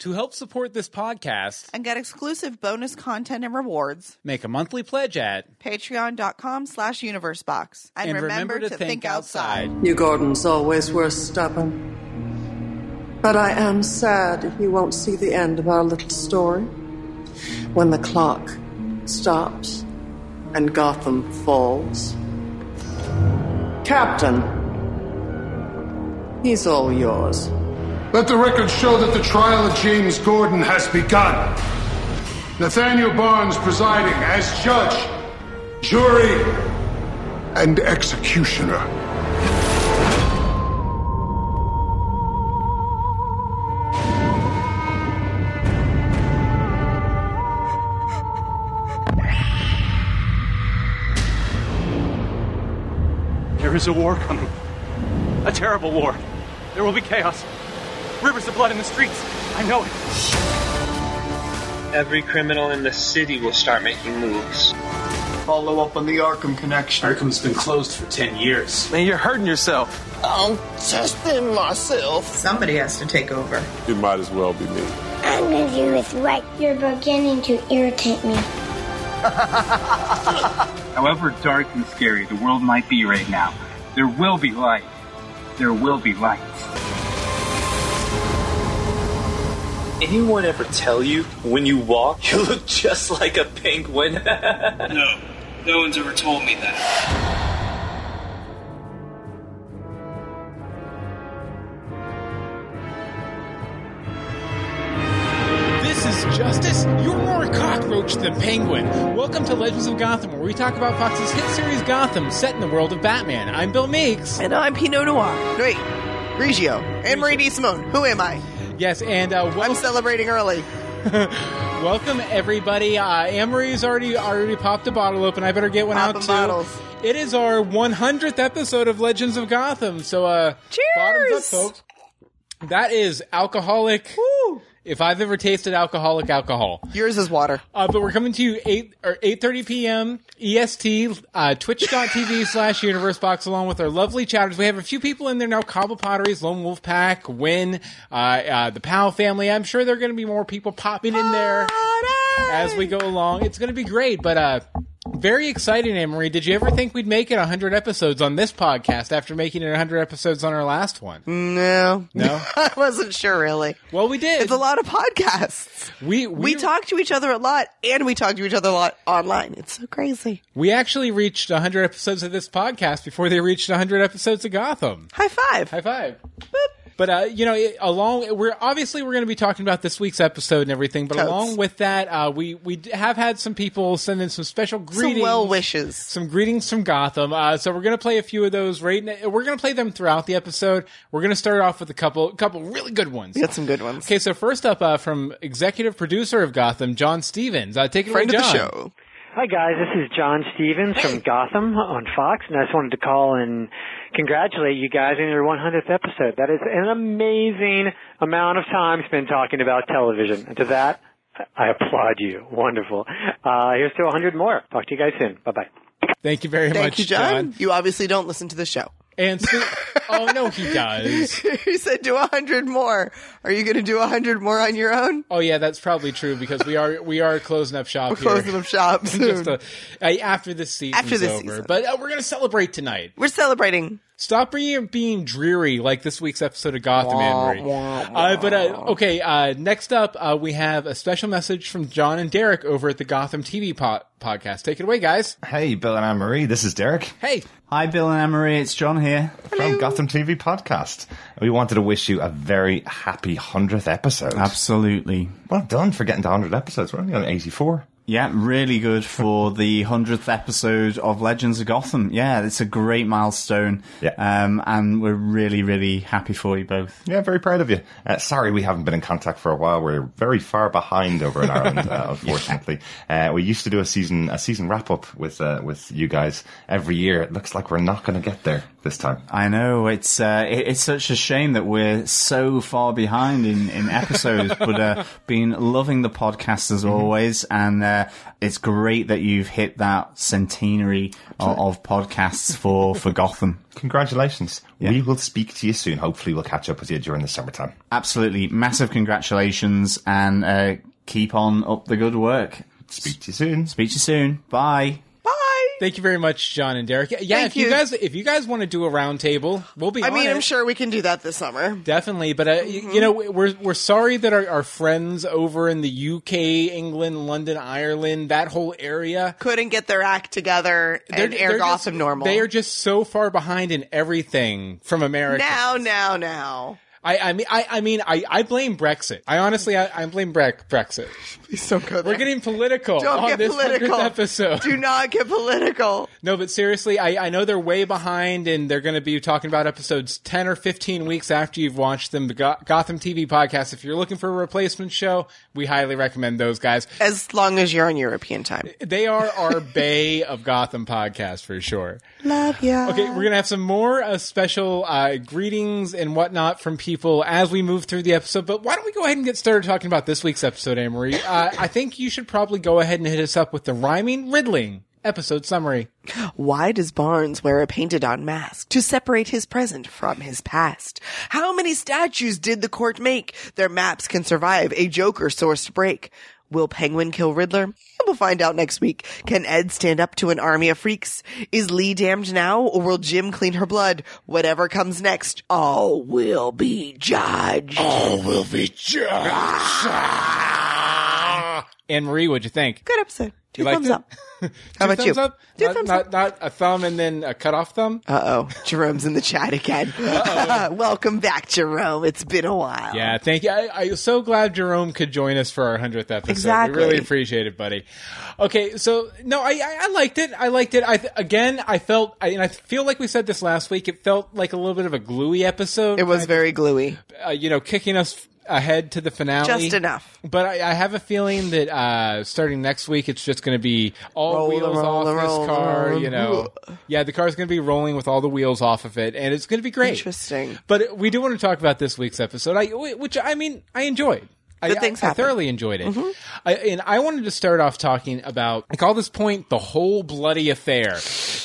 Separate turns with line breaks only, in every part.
To help support this podcast,
and get exclusive bonus content and rewards.
make a monthly pledge at
Patreon.com slash universebox. And, remember, to, think, outside.
New Gordon's always were stubborn. But I am sad he won't see the end of our little story. When the clock stops and Gotham falls. Captain, he's all yours.
Let the record show that the trial of James Gordon has begun. Nathaniel Barnes presiding as judge, jury, and executioner.
There is a war coming. A terrible war. There will be chaos. Rivers of blood in the streets. I know it.
Every criminal in the city will start making moves.
follow up on the Arkham connection.
Arkham's been closed for 10 years.
Man, you're hurting yourself.
I'm testing myself.
Somebody has to take over.
It might as well be me.
I'm with you with right. You're beginning to irritate me.
However dark and scary the world might be right now, there will be light. There will be light.
Anyone ever tell you when you walk, you look just like a penguin?
No, no one's ever told me that.
This is Justice. You're more a cockroach than penguin. Welcome to Legends of Gotham, where we talk about Fox's hit series Gotham, set in the world of Batman. I'm Bill Meeks.
And I'm Pinot Noir. Wait, Reggio. And Marie D. Simone. Who am I?
Yes, and uh,
I'm
wel-
celebrating early.
welcome everybody. Uh, Anne-Marie's already already popped a bottle open. I better get one out
Popping
too.
bottles.
It is our 100th episode of Legends of Gotham. So, uh,
Cheers!
bottoms up, folks. That is alcoholic.
Woo!
If I've ever tasted alcoholic alcohol.
Yours is water.
Uh, but we're coming to you eight or eight thirty p.m. EST, uh, twitch.tv slash universe box, along with our lovely chatters. We have a few people in there now: Cobble Potteries, Lone Wolf Pack, Win, uh, uh, the Powell family. I'm sure there are going to be more people popping in there as we go along. It's going to be great, but uh, very exciting, Anne Marie. Did you ever think we'd make it 100 episodes on this podcast after making it 100 episodes on our last one?
Mm. No.
No?
I wasn't sure, really.
Well, we did.
It's a lot of podcasts.
we,
We talk to each other a lot, and we talk to each other a lot online. It's so crazy.
We actually reached 100 episodes of this podcast before they reached 100 episodes of Gotham.
High five.
High five. But uh, you know, it, along we're obviously we're going to be talking about this week's episode and everything. But
Totes.
along with that, uh, we we d- have had some people send in some special greetings,
Some well wishes.
some greetings from Gotham. Uh, so we're going to play a few of those right. now. We're going to play them throughout the episode. We're going to start off with a couple couple really good ones.
We got some good ones.
Okay, so first up uh, from executive producer of Gotham, John Stevens. Uh, take it
Friend
away,
of the
John.
show.
Hi guys, this is John Stevens from Gotham on Fox, and I just wanted to call and congratulate you guys on your 100th episode. That is an amazing amount of time spent talking about television. And to that, I applaud you. Wonderful. Uh, here's to 100 more. Talk to you guys soon. Bye bye.
Thank you very
Thank
much,
you, John.
John.
You obviously don't listen to the show.
And so, oh no, he does.
he said, "Do a hundred more." Are you going to do a hundred more on your own?
Oh yeah, that's probably true because we are we are closing up shop
We're
here.
closing up shop soon.
Just uh, uh, after this season's
After this
over,
season.
but uh, we're gonna celebrate tonight.
We're celebrating.
Stop being, being dreary like this week's episode of Gotham, Anne Marie. Uh, but uh, okay, uh, next up uh, we have a special message from John and Derek over at the Gotham TV po- podcast. Take it away, guys.
Hey, Bill and Anne Marie, this is Derek.
Hey,
Hi, Bill and Anne Marie, it's John here from Gotham TV Podcast. We wanted to wish you a very happy 100th episode. Absolutely. Well done for getting to 100 episodes. We're only on 84. Yeah, really good for the 100th episode of Legends of Gotham. Yeah, it's a great milestone. Yeah. Um, and we're really, really happy for you both. Yeah, very proud of you. Uh, sorry we haven't been in contact for a while. We're very far behind over in Ireland, uh, unfortunately. Uh, we used to do a season a season wrap up with uh, with you guys every year. It looks like we're not going to get there this time. I know it's uh, it, it's such a shame that we're so
Mm-hmm.
far behind in in episodes, but uh, been loving the podcast as always, and. Uh,
there. It's great that you've hit that centenary of, of podcasts for, for Gotham.
Congratulations. We will speak to you soon. Hopefully, we'll catch up with you during the summertime.
Absolutely. Massive congratulations and uh, keep on up the good work.
Speak to you soon.
Speak to you soon. Bye.
Bye. Thank you very much, John and Derek. Yeah,
Thank
if you.
you.
guys if you guys want to do a roundtable, we'll be.
I
on
mean,
it.
I'm sure Mm-hmm. we can do that this summer.
Definitely, but uh, y- you know we're we're sorry that our, our friends over in the UK, England, London, Ireland, that whole area
couldn't get their act together and air
just,
Gotham normal.
They are just so far behind in everything from America.
now, now, now.
I, I mean, I, I mean, I, I blame Brexit. I honestly, I, I blame Brex Brexit.
Please don't go
We're getting political
Don't
on
get
this 100th
political.
episode.
Do not get political.
No, but seriously, I, I know they're way behind, and they're going to be talking about episodes 10 or 15 weeks after you've watched them. The Go- Gotham TV podcast, if you're looking for a replacement show, we highly recommend those guys.
As long as you're on European time.
They are our Bay of Gotham podcast for sure.
Love ya.
Okay, we're gonna have some more uh, special uh, greetings and whatnot from people as we move through the episode. But why don't we go ahead and get started talking about this week's episode, Anne Marie? Uh, I think you should probably go ahead and hit us up with the rhyming riddling episode summary.
Why does Barnes wear a painted on mask to separate his present from his past? How many statues did the court make? Their maps can survive a Joker sourced break. Will Penguin kill Riddler? We'll find out next week. Can Ed stand up to an army of freaks? Is Lee damned now or will Jim clean her blood? Whatever comes next, all will be judged.
All will be judged. Anne Marie, what'd you think?
Good episode. Two
You liked
thumbs
it?
up. How
Two
about
thumbs
you?
Up?
Two
not,
thumbs
not, Not a thumb and then a cut off thumb.
Uh oh, Jerome's in the chat again. Welcome back, Jerome. It's been a while.
Yeah, thank you. I, I'm so glad Jerome could join us for our hundredth episode.
Exactly.
we really appreciate it, buddy. Okay, so no, I, I, I liked it. I liked it. I th- again, I felt, I, and I feel like we said this last week. It felt like a little bit of a gluey episode.
It was
I-
very gluey.
uh, you know, kicking us ahead to the finale
Just enough.
But I, I have a feeling that uh, starting next week, it's just going to be all
Roll,
wheels
roll,
off
roll,
this car.
roll.
you know, yeah, the car's going to be rolling with all the wheels off of it, and it's going to be great.
Interesting.
But we do want to talk about this week's episode, I, which I mean, I enjoyed. I,
Good things
I, I
happen. Mm-hmm.
thoroughly enjoyed it, I, and I wanted to start off talking about. I call this point the whole bloody affair,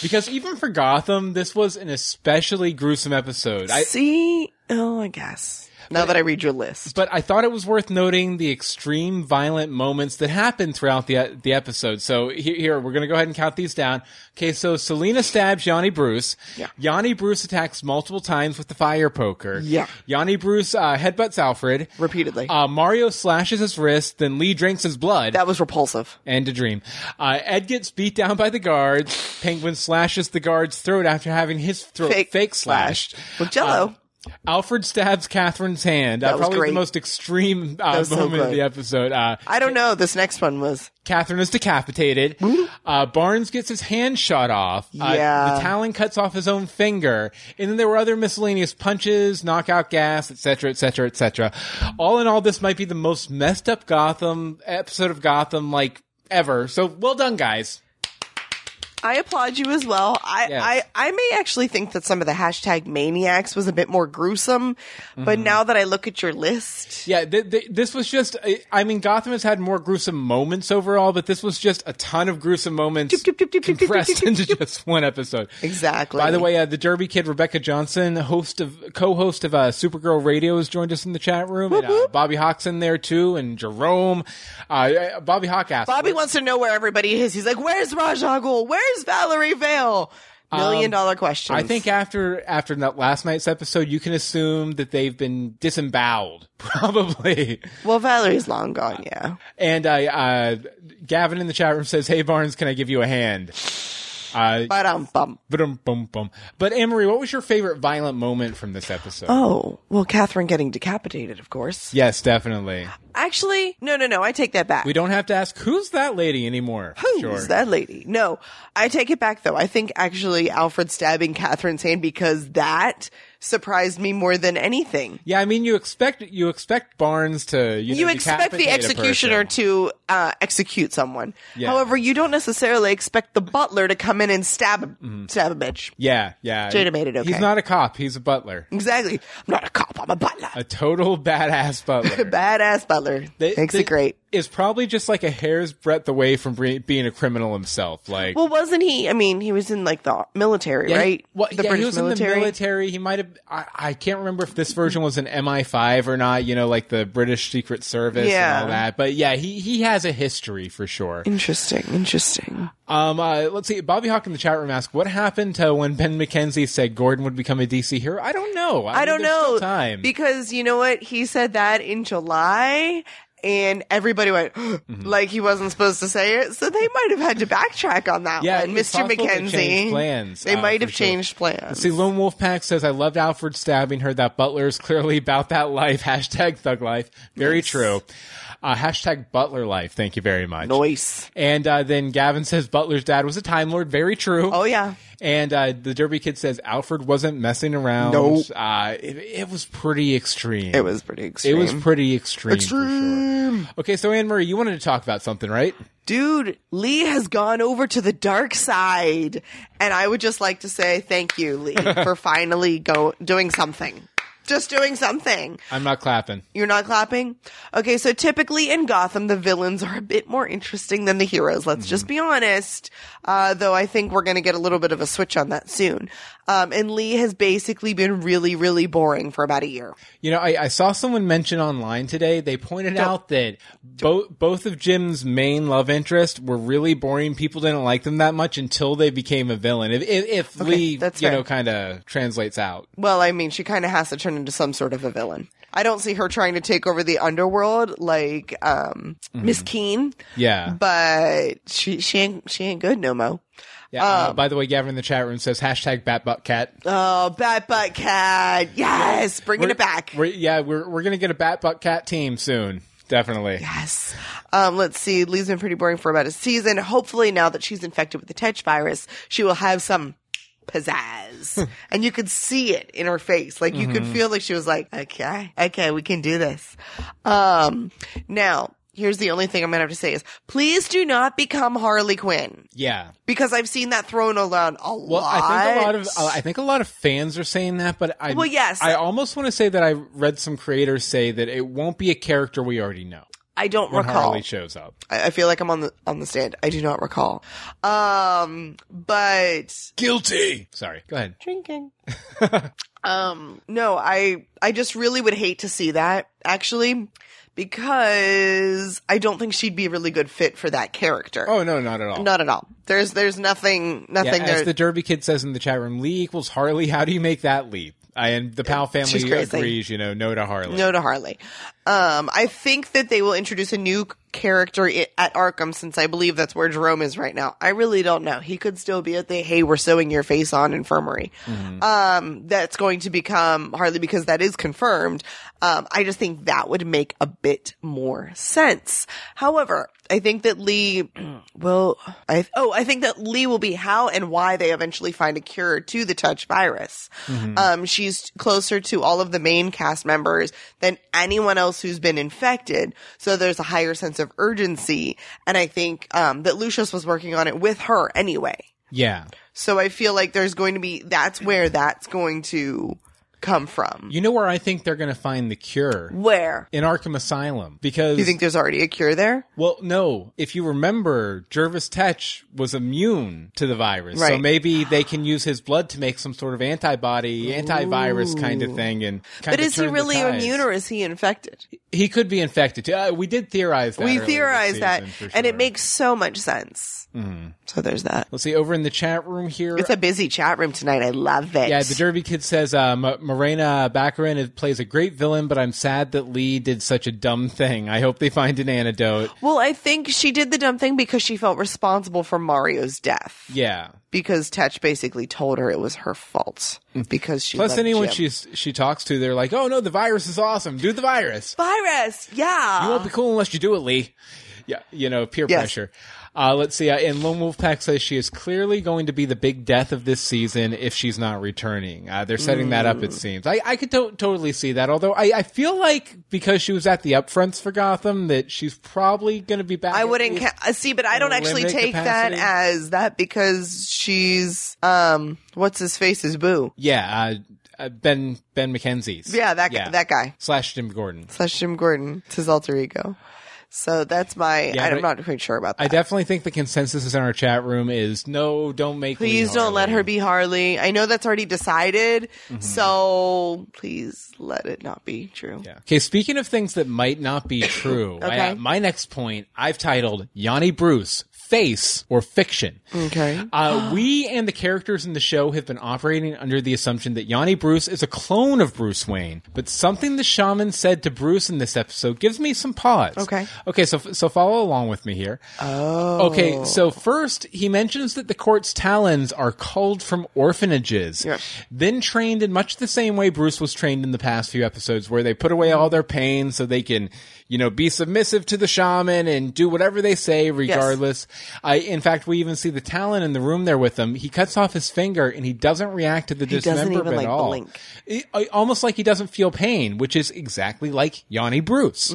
because even for Gotham, this was an especially gruesome episode. I,
See? Oh, I guess. Now that I read your list.
but I thought it was worth noting the extreme violent moments that happened throughout the the episode. So here, here we're going to go ahead and count these down. Okay, so Selena stabs Yanni Bruce.
Yeah.
Yanni Bruce attacks multiple times with the fire poker.
Yeah.
Yanni Bruce uh, headbutts Alfred
Repeatedly.
Uh, Mario slashes his wrist. Then Lee drinks his blood.
That was repulsive.
End of dream. Uh, Ed gets beat down by the guards. Penguin slashes the guard's throat after having his throat fake,
Fake
slashed.
With Jello.
Uh, Alfred stabs Catherine's hand. Uh,
That was
probably
great.
the most extreme uh, moment
That was so
of the
good.
episode. Uh,
I don't know. This next one was.
Catherine is decapitated. Uh, Barnes gets his hand shot off. Uh,
Yeah.
the Talon cuts off his own finger. And then there were other miscellaneous punches, knockout gas, etc., etc., etc. All in all, this might be the most messed up Gotham episode of Gotham like ever. So well done, guys.
I applaud you as well. I,
Yes.
I, I may actually think that some of the hashtag maniacs was a bit more gruesome,
Mm-hmm.
but now that I look at your list,
Yeah, th- th- this was just. I- I mean, Gotham has had more gruesome moments overall, but this was just a ton of gruesome moments compressed into just one episode.
Exactly.
By the way, uh, the Derby kid Rebecca Johnson, host of co-host of uh, Supergirl Radio, has joined us in the chat room, and uh, Bobby Hawk's in there too, and Jerome. Uh, Uh, Bobby Hawk asked,
Bobby wants to know where everybody is. He's like, where's Rajagul? Where's Valerie Vale? Million
Um,
dollar questions.
I think after after that last night's episode, you can assume that they've been disemboweled, probably.
Well, Valerie's long gone, yeah.
And I, uh, Gavin in the chat room says, "Hey Barnes, can I give you a hand?" Uh,
Ba-dum bum.
ba-dum bum bum. But Amory, what was your favorite violent moment from this episode?
Oh, well, Catherine getting decapitated, of course.
yes, definitely.
Actually, no, no, no. I take that back.
We don't have to ask who's that lady anymore.
Who's
sure.
that lady? No, I take it back though. I think actually Alfred stabbing Catherine's hand because that surprised me more than anything.
Yeah, I mean, you expect you expect Barnes to you, know,
you expect the
decapitate a
executioner
person.
to uh, execute someone.
Yeah.
However, you don't necessarily expect the butler to come in and stab a,
Mm-hmm.
stab a bitch.
Yeah, yeah.
Jada made it okay.
He's not a cop. He's a butler.
Exactly. I'm not a cop. I'm a butler.
A total badass butler.
Badass butler.
They-
Makes
they-
it great.
is probably just like a hair's breadth away from bre- being a criminal himself. Like,
Well, wasn't he? I mean, he was in like the military,
Yeah, he-
right?
well,
the
yeah, he was in the military. He might have. I, I can't remember if this version was an MI5 or not. You know, like the British Secret Service
Yeah.
and all that. But yeah, he he has a history for sure.
Interesting. Interesting.
Um, uh, let's see. Bobby Hawk in the chat room asked, "What happened to when Ben McKenzie said Gordon would become a DC hero?" I don't know.
I,
mean,
don't
there's still
know
Time.
because you know what he said that in July, and everybody went
Mm-hmm.
like he wasn't supposed to say it, so they might have had to backtrack on that
Yeah,
one,
it's
Mister
possible they
McKenzie.
changed plans,
They
uh,
might
for
have
sure.
changed plans.
Let's see, Lone Wolf Pack says, "I loved Alfred stabbing her. That butler is clearly about that life. Hashtag thug life. Very true. Uh, hashtag butler life. Thank you very much.
Nice.
And uh, then Gavin says, "Butler's dad was a time lord. Very true. Oh
yeah.
And uh, the Derby kid says, "Alfred wasn't messing around.
Nope.
Uh, it, it was pretty extreme.
It was pretty
It was
extreme.
pretty extreme.
Extreme.
Okay, so Anne Marie, you wanted to talk about something, right?
Dude, Lee has gone over to the dark side. And I would just like to say thank you, Lee, for finally go doing something. Just doing something.
I'm not clapping.
You're not clapping? Okay, so typically in Gotham, the villains are a bit more interesting than the heroes. Let's just be honest. Uh, though I think we're going to get a little bit of a switch on that soon. Um, and Lee has basically been really, really boring for about a year.
You know, I, I saw someone mention online today. They pointed
Don't-
out that both both of Jim's main love interest were really boring. People didn't like them that much until they became a villain. If if, if
Okay,
Lee,
that's
you
fair.
know, kind of translates out.
Well, I mean, she kind of has to turn into some sort of a villain. I don't see her trying to take over the underworld like um Miss Keen,
Yeah.
but she she ain't she ain't good no mo.
Yeah. uh,
Um,
by the way, Gavin in the chat room says hashtag Batbuttcat.
Oh, Bat Butt Cat, yes, bringing
We're-
it back.
We're, yeah, we're we're gonna get a Batbuttcat team soon. Definitely.
Yes. Um, let's see. Lee's been pretty boring for about a season. Hopefully, now that she's infected with the Tetch virus, she will have some
Hmm.
pizzazz, and you could see it in her face. Like you
Mm-hmm.
could
Mhm.
feel like she was like, "Okay, okay, we can do this." Um, now. Here's the only thing I'm gonna have to say is please do not become Harley Quinn
Yeah.
because I've seen that thrown around a
Well,
lot.
I think a lot of uh, I think a lot of fans are saying that, but I
Well, yes.
I almost want to say that I read some creators say that it won't be a character we already know
I don't
when
recall.
Harley shows up.
I, I feel like I'm on the on the stand. I do not recall. Um, but
Guilty. Sorry. Go ahead.
drinking. um, no, I I just really would hate to see that actually, because I don't think she'd be a really good fit for that character.
Oh no, not at all.
Not at all. There's there's nothing nothing
yeah,
there.
as the Derby kid says in the chat room, Lee equals Harley. How do you make that leap? I, and the Powell
She's
family
crazy.
agrees. You know, no to Harley.
No to Harley. Um, I think that they will introduce a new character i- at Arkham since I believe that's where Jerome is right now. I really don't know. He could still be at the hey, we're sewing your face on infirmary. Um, that's going to become Harley because that is confirmed. Um, I just think that would make a bit more sense. However, I think that Lee will, I, oh, I think that Lee will be how and why they eventually find a cure to the touch virus.
Mhm.
Um, she's closer to all of the main cast members than anyone else who's been infected. So there's a higher sense of urgency. And I think, um, that Lucius was working on it with her anyway.
Yeah.
So I feel like there's going to be, that's where that's going to come from.
You know where I think they're going to find the cure?
Where?
In Arkham Asylum. Because
Do you think there's already a cure there?
Well, no. If you remember, Jervis Tetch was immune to the virus, so
Right.
maybe they can use his blood to make some sort of antibody, antivirus kind of thing. And kind
But is he really immune or is he infected?
He could be infected. Too. Uh, we did theorize that.
we
earlier this
theorize that,
season, for
and it
sure.
makes so much sense.
Mhm.
So there's that.
Let's see. Over in the chat room here,
It's a busy chat room tonight. I love it.
Yeah, the Derby Kid says uh, M- Morena Baccarin is- plays a great villain, but I'm sad that Lee did such a dumb thing. I hope they find an antidote.
well, I think she did the dumb thing because she felt responsible for Mario's death
Yeah.
because Tetch basically told her it was her fault because she
Mm. Plus,
loved
anyone
Jim.
she's, she talks to, they're like, "Oh no, the virus is awesome. Do the virus.
virus. Yeah,
You won't be cool unless you do it, Lee." Yeah, you know, peer
Yes.
pressure. Uh, let's see. Uh, and Lone Wolf Pack says she is clearly going to be the big death of this season if she's not returning. Uh, they're setting that up, it
Mm.
seems. I, I could to- totally see that. Although I, I feel like because she was at the upfronts for Gotham, that she's probably going to be back.
I
at
wouldn't
least.
ca- uh, see, but I don't actually
limited
take
capacity?
that as that because she's um, what's his face is boo.
Yeah, uh, uh, Ben Ben McKenzie's.
Yeah, that guy- that guy.
slash Jim Gordon.
slash Jim Gordon. It's his alter ego. So that's my.
Yeah,
I'm
but-
not quite sure about that.
I definitely think the consensus is in our chat room is no, don't make Lee
Please don't let her be Harley. I know that's already decided,
Mm-hmm.
so please let it not be true.
Okay, speaking of things that might not be true,
Okay.
I- uh, my next point I've titled Yanni Bruce, Face or Fiction.
Okay.
Uh, we and the characters in the show have been operating under the assumption that Yanni Bruce is a clone of Bruce Wayne, but something the shaman said to Bruce in this episode gives me some pause.
Okay.
Okay, so so follow along with me here.
Oh.
Okay, so first he mentions that the court's talons are culled from orphanages, then trained in much the same way Bruce was trained in the past few episodes, where they put away all their pain so they can, you know, be submissive to the shaman and do whatever they say, regardless. I, in fact, we even see the talon in the room there with him. He cuts off his finger and he doesn't react to the
He doesn't
dismemberment
even, like,
at all.
blink.
It- I- almost like he doesn't feel pain, which is exactly like Yanni Bruce.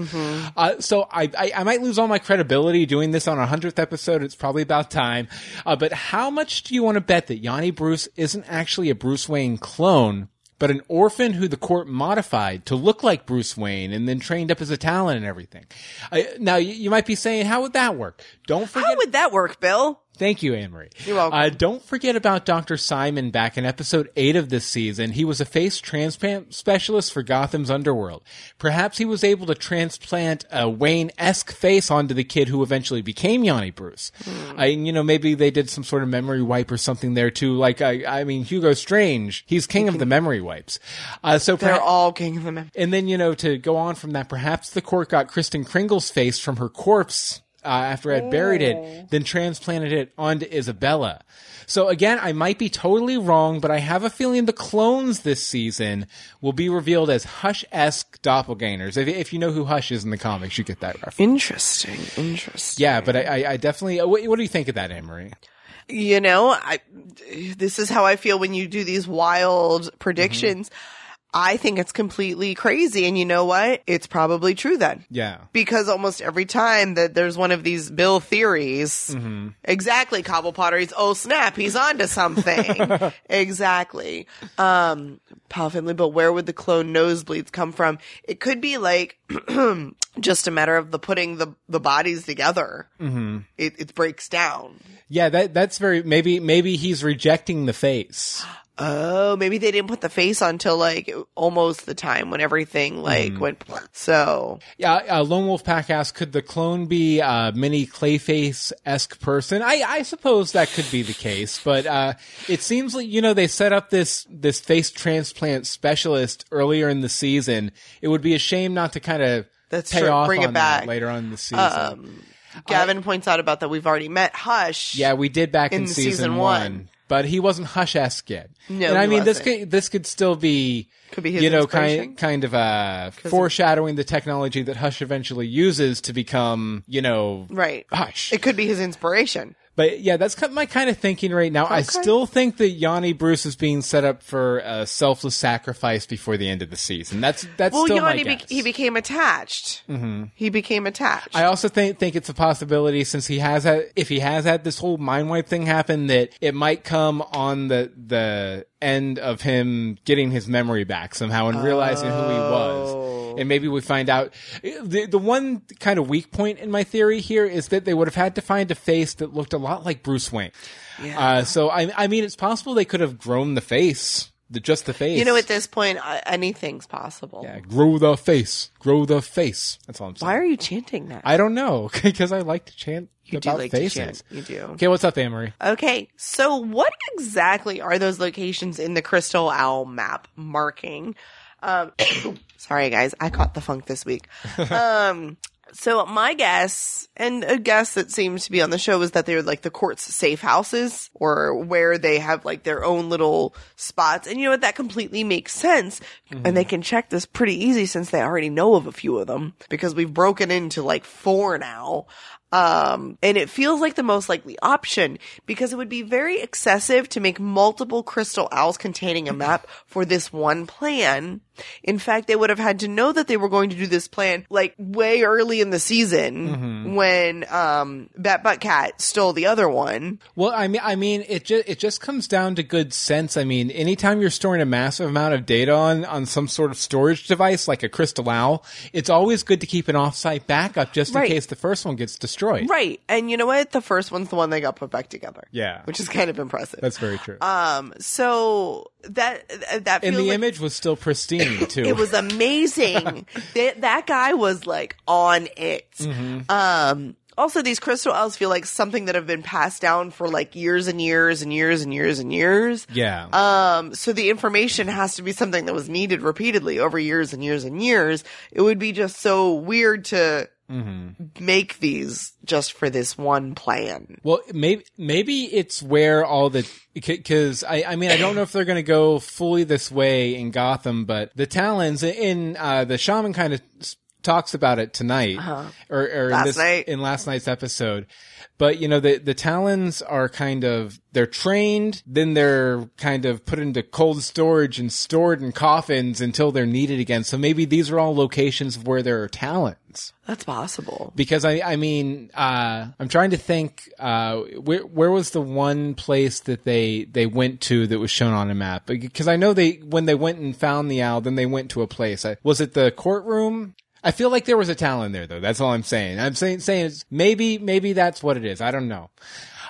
Uh, so I, I, I might lose all my credibility doing this on our hundredth episode. It's probably about time. Uh, but how much do you want to bet that Yanni Bruce isn't actually a Bruce Wayne clone, but an orphan who the court modified to look like Bruce Wayne and then trained up as a talent and everything? I, now you, you might be saying, how would that work? Don't forget. How
would that work, Bill?
Thank you, Anne Marie.
You're welcome.
Uh, don't forget about Dr. Simon back in episode 8 of this season. He was a face transplant specialist for Gotham's underworld. Perhaps he was able to transplant a Wayne esque face onto the kid who eventually became Yanni Bruce.
Hmm.
I, you know, maybe they did some sort of memory wipe or something there too. Like, I, I mean, Hugo Strange, he's king of the memory wipes. Uh, so
They're
perha-
all king of the men.
and then, you know, to go on from that, perhaps the court got Kristen Kringle's face from her corpse uh, after I'd buried it, then transplanted it onto Isabella. So again, I might be totally wrong, but I have a feeling the clones this season will be revealed as Hush-esque doppelgangers. If, if you know who Hush is in the comics, you get that reference.
Interesting. Interesting.
Yeah, but I, I, I definitely. uh, What, what do you think of that, Anne-Marie?
You know, I. This is how I feel when you do these wild predictions. I think it's completely crazy, and you know what? It's probably true then.
Yeah.
because almost every time that there's one of these Bill theories,
Mm-hmm.
exactly, Cobble Potteries, oh snap, he's onto something. exactly. Um, Powerfully, but where would the clone nosebleeds come from? It could be like just a matter of the putting the, the bodies together.
Mm-hmm.
It, it breaks down.
Yeah, that that's very maybe maybe he's rejecting the face.
Oh, maybe they didn't put the face on till like almost the time when everything like
Mhm.
went. So
Yeah, uh, Lone Wolf Pack asks, could the clone be a mini Clayface esque person? I, I suppose that could be the case, but uh, it seems like you know they set up this this face transplant specialist earlier in the season. It would be a shame not to kind of
That's
pay
true.
off
Bring
on
it back.
that later on in the season.
um, Gavin points out about that we've already met Hush.
yeah, we did back in,
in
season,
season
one.
one.
But he wasn't hush esque yet.
No,
and I
he
mean this
wasn't.
could this could still be
Could be his
you know
inspiration.
kind kind of uh, foreshadowing the technology that Hush eventually uses to become you know
Right.
Hush.
It could be his inspiration.
But yeah, that's kind of my kind of thinking right now. I still think that Yanni Bruce is being set up for a selfless sacrifice before the end of the season. That's that's
well,
still
Yanni,
my
be-
guess.
he became attached.
hmm
He became attached.
I also think think it's a possibility since he has had if he has had this whole mind wipe thing happen that it might come on the the end of him getting his memory back somehow and realizing who he
Oh.
was. And maybe we find out the the one kind of weak point in my theory here is that they would have had to find a face that looked a lot like Bruce Wayne. Uh, so I I mean it's possible they could have grown the face, the, just the face.
you know, at this point, I, anything's possible.
grow the face, grow the face. That's all I'm saying.
Why are you chanting that?
I don't know because I like to chant
You do
about
like
faces.
to chant. You do.
Okay, what's up, Amory?
Okay, so what exactly are those locations in the Crystal Owl map marking? Um, sorry, guys, I caught the funk this week. um, so my guess, and a guess that seems to be on the show, is that they're like the court's safe houses or where they have like their own little spots. And you know what? That completely makes sense. And they can check this pretty easy since they already know of a few of them because we've broken into like four now. Um, and it feels like the most likely option because it would be very excessive to make multiple crystal owls containing a map for this one plan. In fact, they would have had to know that they were going to do this plan like way early early in the season
Mm-hmm.
when um, Bat Butt Cat stole the other one.
Well, I mean, I mean, it just it just comes down to good sense. I mean, anytime you're storing a massive amount of data on on some sort of storage device like a crystal owl, it's always good to keep an offsite backup just
Right.
in case the first one gets destroyed.
Right. And you know what? The first one's the one they got put back together.
Yeah,
Which is kind of impressive.
That's very true.
Um, so that that
and
feels
the
like-
image was still pristine too.
It was amazing. that, that guy was like on it.
Mhm.
Um, also, these crystal owls feel like something that have been passed down for like years and years and years and years and years.
Yeah.
Um, so the information has to be something that was needed repeatedly over years and years and years. It would be just so weird to
Mm-hmm.
make these just for this one plan.
Well, maybe maybe it's where all the because I I mean I don't know if they're going to go fully this way in Gotham, but the Talons in uh, the Shaman kind of s- talks about it tonight
Uh-huh.
or, or in,
Last
this,
night.
in last night's episode. But you know the the Talons are kind of they're trained, then they're kind of put into cold storage and stored in coffins until they're needed again. So maybe these are all locations where there are Talons.
That's possible.
Because I, I mean, uh, I'm trying to think. Uh, where, where was the one place that they they went to that was shown on a map? Because I know they when they went and found the owl, then they went to a place. I, was it the courtroom? I feel like there was a talon there, though. That's all I'm saying. I'm saying saying is maybe maybe that's what it is. I don't know.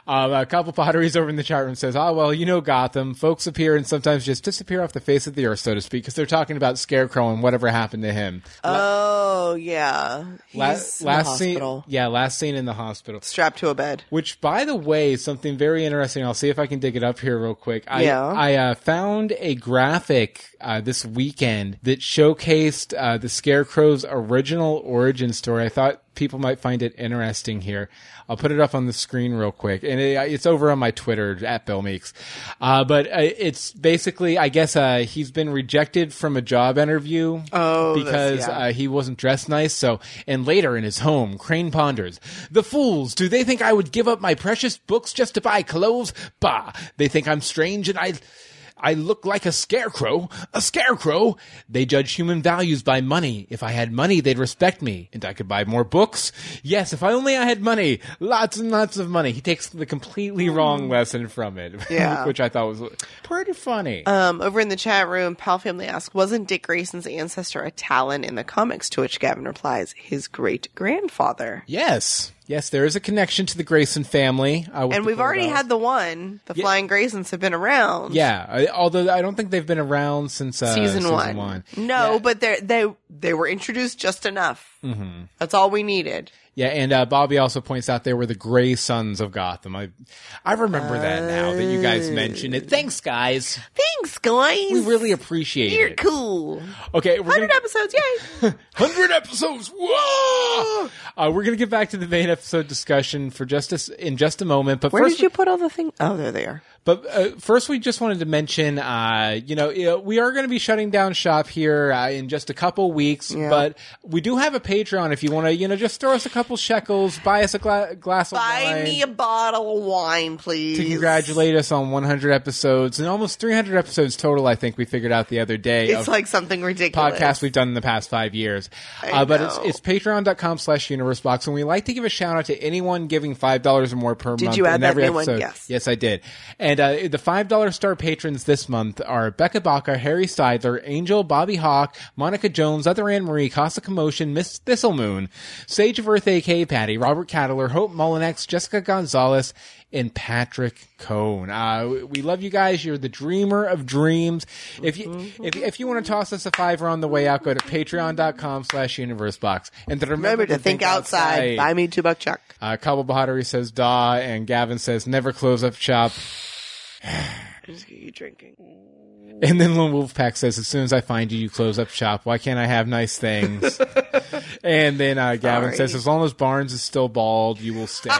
Um, a couple potteries over in the chat room says, "Ah, well, you know Gotham. Folks appear and sometimes just disappear off the face of the earth, so to speak, because they're talking about Scarecrow and whatever happened to him."
Oh yeah,
La-
He's in the
last scene,
hospital.
yeah, last scene in the hospital,
strapped to a bed.
Which, by the way, something very interesting. I'll see if I can dig it up here real quick. I,
Yeah.
I uh, found a graphic uh, this weekend that showcased uh, the Scarecrow's original origin story. I thought people might find it interesting here. I'll put it up on the screen real quick, and it, it's over on my Twitter at Bill Meeks. Uh, but uh, it's basically, I guess, uh, he's been rejected from a job interview
Oh, that's-
because
yeah.
uh, he wasn't dressed nice. So, and later in his home, Crane ponders, "The fools! Do they think I would give up my precious books just to buy clothes? Bah! They think I'm strange, and I." I look like a scarecrow. A scarecrow. They judge human values by money. If I had money, they'd respect me, and I could buy more books. Yes, if I only I had money, lots and lots of money. He takes the completely wrong lesson from it,
Mm. Yeah.
which I thought was pretty funny.
Um, over in the chat room, Pal Family asks, wasn't Dick Grayson's ancestor a Talon in the comics? To which Gavin replies, his great grandfather.
Yes, yes, there is a connection to the Grayson family, uh, with
And
the
we've already
Cordova.
had the one. The Flying Graysons have been around.
Yeah, I, although I don't think they've been around since uh,
season, one.
one.
No, but they they they were introduced just enough.
hmm
That's all we needed.
Yeah, and uh, Bobby also points out they were the Gray Sons of Gotham. I, I remember that now that you
Oh.
guys mentioned it. Thanks, guys.
Thanks, guys.
We really appreciate
You're
it.
cool.
Okay, we're
100
gonna,
episodes, yay!
hundred episodes. Whoa! Uh, we're gonna get back to the main episode discussion for just a s in just a moment. But
Where
first,
did you put all the things? Oh, there they are.
But uh, first, we just wanted to mention, uh, you know, you know, we are going to be shutting down shop here uh, in just a couple weeks, but we do have a Patreon. If you want to, you know, just throw us a couple shekels, buy us a gla- glass of
Buy
wine
me a bottle of wine, please.
to congratulate us on 100 episodes and almost 300 episodes total. I think we figured out the other day.
it's
of-
like something ridiculous.
podcast we've done in the past five years.
I
Uh, but it's,
know.
it's patreon.com slash universe box. And we like to give a shout out to anyone giving $5 or more per
Did
month.
you add
in
that
every
new one?
episode.
Yes.
I did. And uh, the $5 star patrons this month are Becca Baca, Harry Seidler, Angel, Bobby Hawk, Monica Jones, Other Anne Marie, Casa Commotion, Miss Thistlemoon, Sage of Earth, a.k.a. Patty, Robert Cattler, Hope Mullinex, Jessica Gonzalez, and Patrick Cohn. Uh, we- we love you guys. You're the dreamer of dreams. If you if, if you want to toss us a fiver on the way out, go to patreon.com slash universe box. And to remember,
Remember to think outside. Buy me two buck chuck.
Uh, Kabul Bahadari says da, and Gavin says never close up shop.
I'm just gonna keep drinking.
And then Lone Wolfpack says, as soon as I find you, you close up shop. Why can't I have nice things? and then uh, Gavin
Sorry.
says, as long as Barnes is still bald, you will stay.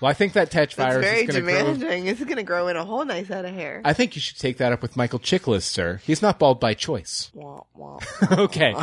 well, I think that touch
It's
virus
very
is going to grow.
demanding. It's going to grow in a whole nice head of hair.
I think you should take that up with Michael Chiklis, sir. He's not bald by choice. okay.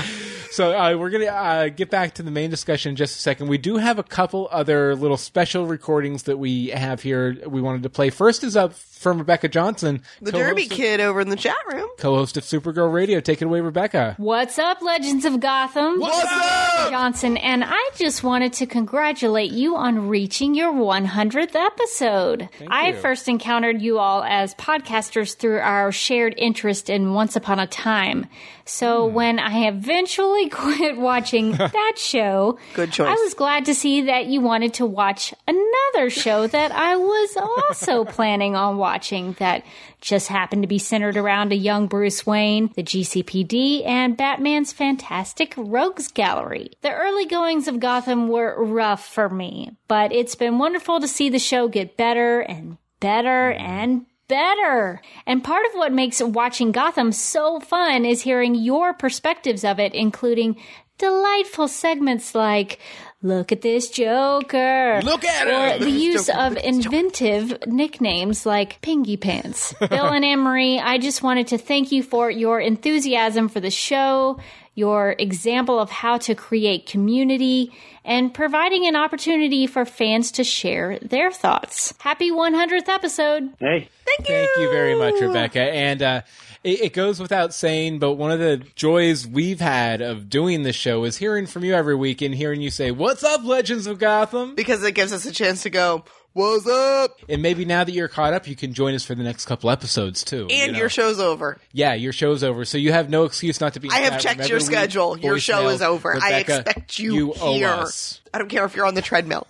So uh, we're going to uh, get back to the main discussion in just a second. We do have a couple other little special recordings that we have here we wanted to play. First is up from Rebecca Johnson,
The
co-host
Derby
of-
Kid over in the chat room.
co-host of Supergirl Radio. Take it away, Rebecca.
What's up, Legends of Gotham? What's up, Johnson? And I just wanted to congratulate you on reaching your 100th episode. I
you.
first encountered you all as podcasters through our shared interest in Once Upon a Time. So when I eventually quit watching that show,
Good choice.
I was glad to see that you wanted to watch another show that I was also planning on watching that just happened to be centered around a young Bruce Wayne, the GCPD, and Batman's fantastic Rogues Gallery. The early goings of Gotham were rough for me, but it's been wonderful to see the show get better and better and better. And part of what makes watching Gotham so fun is hearing your perspectives of it, including delightful segments like Look at this Joker.
Look at him. Look
Or the
at this
use of inventive nicknames like Pingy Pants. Bill and Anne Marie, I just wanted to thank you for your enthusiasm for the show, your example of how to create community, and providing an opportunity for fans to share their thoughts. Happy 100th episode.
Hey. Thank you. Thank you very much, Rebecca. And uh, it, it goes without saying, but one of the joys we've had of doing this show is hearing from you every week and hearing you say, What's up, Legends of Gotham?
Because it gives us a chance to go, What's up?
And maybe now that you're caught up, you can join us for the next couple episodes, too.
And
you know?
your show's over.
Yeah, your show's over, so you have no excuse not to be. in
I
chat
have
room
checked
every
your
week.
schedule. Your show
Voicemails,
is over. I
Rebecca,
expect you,
owe
here.
us.
I don't care if you're on the treadmill.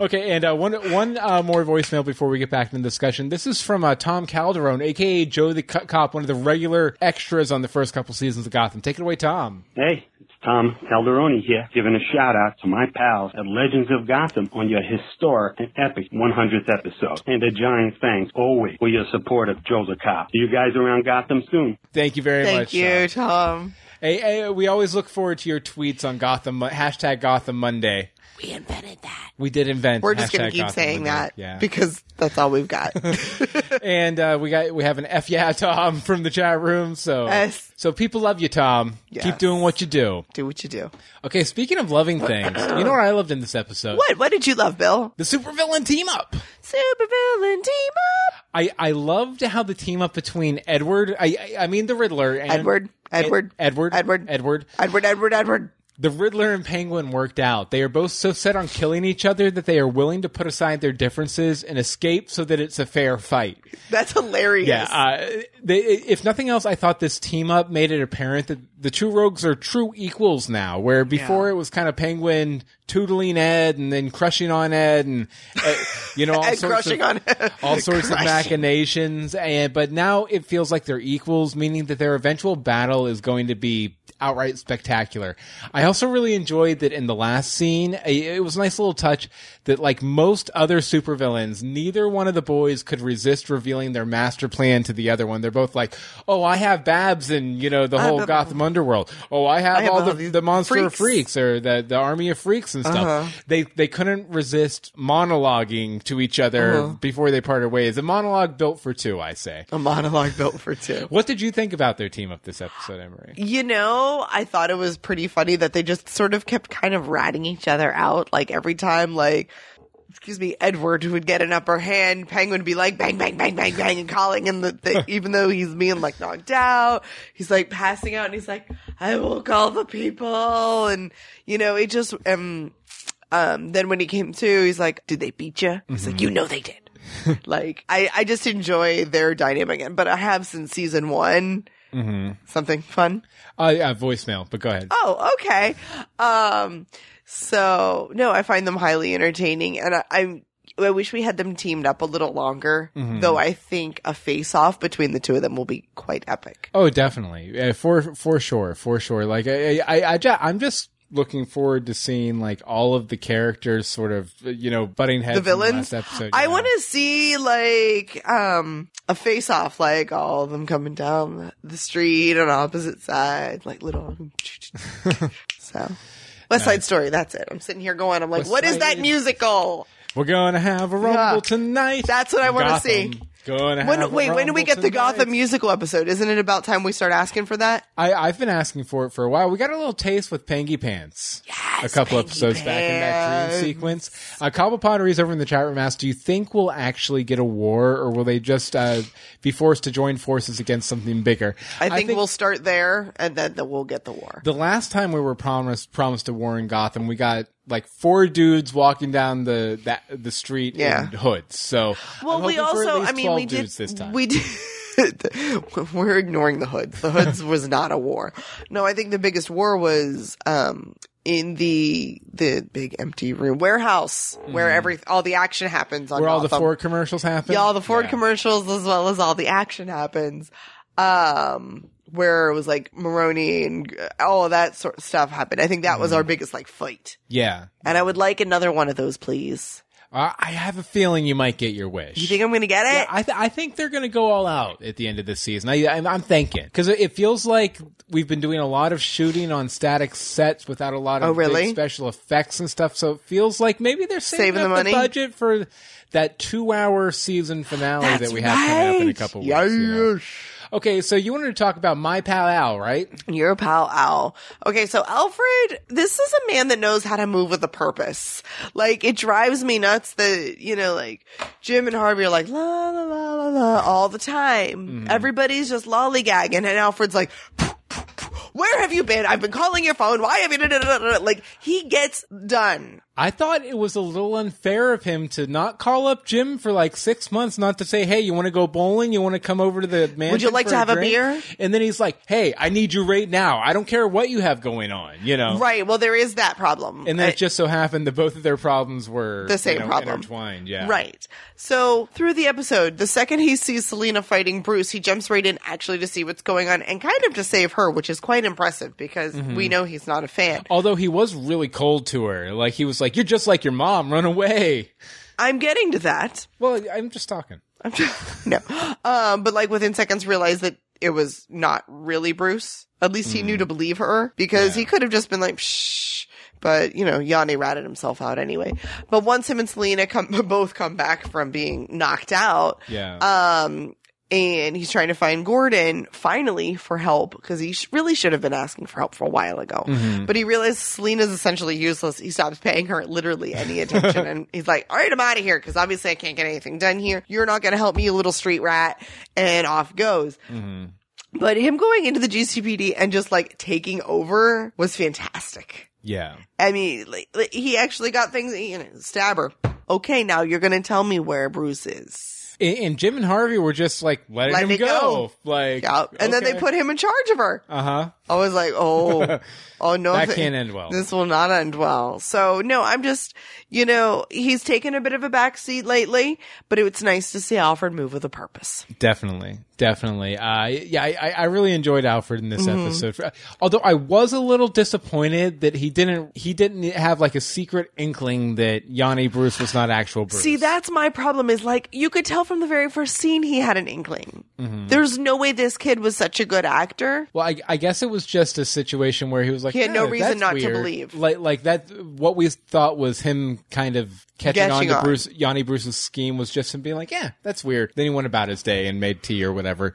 Okay, and uh, one one uh, more voicemail before we get back into the discussion. This is from uh, Tom Calderon, aka Joe the C- Cop, one of the regular extras on the first couple seasons of Gotham. Take it away, Tom.
Hey, it's Tom Calderoni here, giving a shout out to my pals at Legends of Gotham on your historic and epic 100th episode. And a giant thanks always for your support of Joe the Cop. See you guys around Gotham soon.
Thank you very
Thank
much. uh,
you,
Tom.
Hey, hey, we always look forward to your tweets on Gotham uh, hashtag Gotham Monday.
We invented that.
We did invent.
We're just going
hashtag
to keep
Gotham
saying
Monday.
that
yeah.
because that's all we've got.
and uh, we got we have an F yeah Tom from the chat room. So
Yes.
so people love you, Tom.
Yes.
Keep doing what you do.
Do what you do.
Okay. Speaking of loving things, you know what I loved in this episode?
What? What did you love, Bill?
The supervillain team up.
Supervillain team up.
I I loved how the team up between Edward. I I, I mean the Riddler. And
Edward, Edward,
Ed- Edward. Edward. Edward.
Edward. Edward. Edward.
The Riddler and Penguin worked out. They are both so set on killing each other that they are willing to put aside their differences and escape so that it's a fair fight.
That's hilarious.
Yeah, uh, they, if nothing else, I thought this team up made it apparent that the two rogues are true equals now. Where before it was kind of Penguin tootling Ed and then crushing on Ed, and uh, you know all
Ed
sorts
crushing
of
on Ed.
all sorts of
Crushing.
machinations. And but now it feels like they're equals, meaning that their eventual battle is going to be outright spectacular. I also really enjoyed that in the last scene, i- it was a nice little touch that like most other supervillains, neither one of the boys could resist revealing their master plan to the other one. They're both like, "Oh, I have Babs and, you know, the
I
whole
have-
Gotham underworld. Oh, I have,
I have
all,
all
the,
these
the monster freaks.
freaks."
or the the army of freaks and stuff."
Uh-huh.
They they couldn't resist monologuing to each other
Uh-huh.
before they parted ways. A monologue built for two, I say.
A monologue built for two.
What did you think about their team up this episode, Emery?
You know, I thought it was pretty funny that they just sort of kept kind of ratting each other out. Like every time, like, excuse me, Edward would get an upper hand, Penguin would be like, bang, bang, bang, bang, bang, and calling him the thing, even though he's being like knocked out. He's like passing out and he's like, I will call the people. And, you know, it just, um, um, then when he came to, he's like, did they beat you? He's
Mhm.
like, you know they did like I, I just enjoy their dynamic and but i have since season one
Mm-hmm.
something fun
Uh, yeah, voicemail, but go ahead.
oh okay um so no i find them highly entertaining and i, I I wish we had them teamed up a little longer,
Mhm.
though I think a face off between the two of them will be quite epic.
Oh, definitely. Uh, for for sure, for sure. Like I I, I ju- I'm just looking forward to seeing like all of the characters sort of uh, you know butting heads.
the
in
villains.
last episode.
I want to see like um a face off, like all of them coming down the- the street on opposite sides, like little. so, West Side Story. That's it. I'm sitting here going. I'm like,
West
what is
Side.
that musical?
We're gonna have a rumble
Yeah.
tonight.
That's what I want to
Gotham.
see.
Gonna
When
have a
wait, when do we
rumble
get the
tonight.
Gotham musical episode? Isn't it about time we start asking for that?
I, I've been asking for it for a while. We got a little taste with Pangy Pants a couple episodes back in that dream
Pants.
sequence. Uh, Cobble Potteries over in the chat room asked, "Do you think we'll actually get a war, or will they just uh, be forced to join forces against something bigger?"
I think, we'll start there, and then, then we'll get the war.
The last time we were promised promised a war in Gotham, we got like four dudes walking down the that, the street
Yeah.
in hoods. So
Well,
I'm
we
hoping for at
also,
least
I mean,
12
we did.
dudes this time.
We did. We're ignoring the hoods. The hoods was not a war. No, I think the biggest war was um, in the the big empty room warehouse where
Mhm.
every all the action happens. On
where all the
Gotham.
Ford commercials happen.
Yeah, all the Ford
Yeah.
commercials as well as all the action happens. Um, where it was like Maroni and uh, all of that sort of stuff happened. I think that
Mm-hmm.
was our biggest like fight.
Yeah.
And I would like another one of those, please.
I I have a feeling you might get your wish.
You think I'm going to get it?
Yeah, I, th- I think they're going to go all out at the end of this season. I, I'm, I'm thinking because it feels like we've been doing a lot of shooting on static sets without a lot of
Oh, really?
big special effects and stuff. So it feels like maybe they're saving,
Saving the
up
money?
budget for that two-hour season finale that we have coming up in a couple weeks. you know? Okay, so you wanted to talk about my pal Al, right?
Your pal Al. Okay, so Alfred, this is a man that knows how to move with a purpose. Like, it drives me nuts that, you know, like, Jim and Harvey are like, la, la, la, la, la, all the time. Everybody's just lollygagging, and Alfred's like, where have you been? I've been calling your phone. Why have you, da, da, da, da, da." like, he gets done.
I thought it was a little unfair of him to not call up Jim for like six months, not to say, "Hey, you want to go bowling? You want to come over to the mansion?
Would you like
for
to have a
drink?"
beer?
And then he's like, "Hey, I need you right now. I don't care what you have going on. You know."
Right. Well, there is that problem.
And then it just so happened that both of their problems were
The same
you know,
problem.
intertwined. Yeah.
Right. So through the episode, the second he sees Selena fighting Bruce, he jumps right in actually to see what's going on and kind of to save her, which is quite impressive because
Mhm.
we know he's not a fan.
Although he was really cold to her, like he was like, "You're just like your mom. Run away."
I'm getting to that.
Well, I'm just talking.
I'm just, no. Um, but like within seconds realized that it was not really Bruce. At least he knew
Mm.
to believe her because he could have just been like, shh. But, you know, Yanni ratted himself out anyway. But once him and Selena come, both come back from being knocked out,
Yeah.
Um, and he's trying to find Gordon finally for help because he sh- really should have been asking for help for a while ago.
Mhm.
But he realizes Selena's essentially useless. He stops paying her literally any attention and he's like, all right, I'm out of here because obviously I can't get anything done here. You're not going to help me, you little street rat. And off goes. But him going into the GCPD and just like taking over was fantastic.
Yeah.
I mean, like, like, he actually got things, you know, stab her. Okay, now you're going to tell me where Bruce is.
And, and Jim and Harvey were just like letting
Let
him
it
go.
go.
Like,
And then they put him in charge of her.
Uh huh.
I was like, oh, oh no,
That
th-
can't end well.
This will not end well. So no, I'm just, you know, he's taken a bit of a backseat lately, but it's nice to see Alfred move with a purpose.
Definitely, definitely. Uh, yeah, I, I- I really enjoyed Alfred in this
Mhm.
episode. Uh, Although I was a little disappointed that he didn't he didn't have like a secret inkling that Yanni Bruce was not actual Bruce.
See, that's my problem is like, you could tell from the very first scene he had an inkling.
Mhm.
There's no way this kid was such a good actor.
well, I, I guess it was just a situation where he was like
He had no
"Eh,
reason
that's
not to
weird."
believe.
Like like that, what we thought was him kind of catching on
Catching
to
on.
Bruce Yanni Bruce's scheme was just him being like, yeah, that's weird. Then he went about his day and made tea or whatever.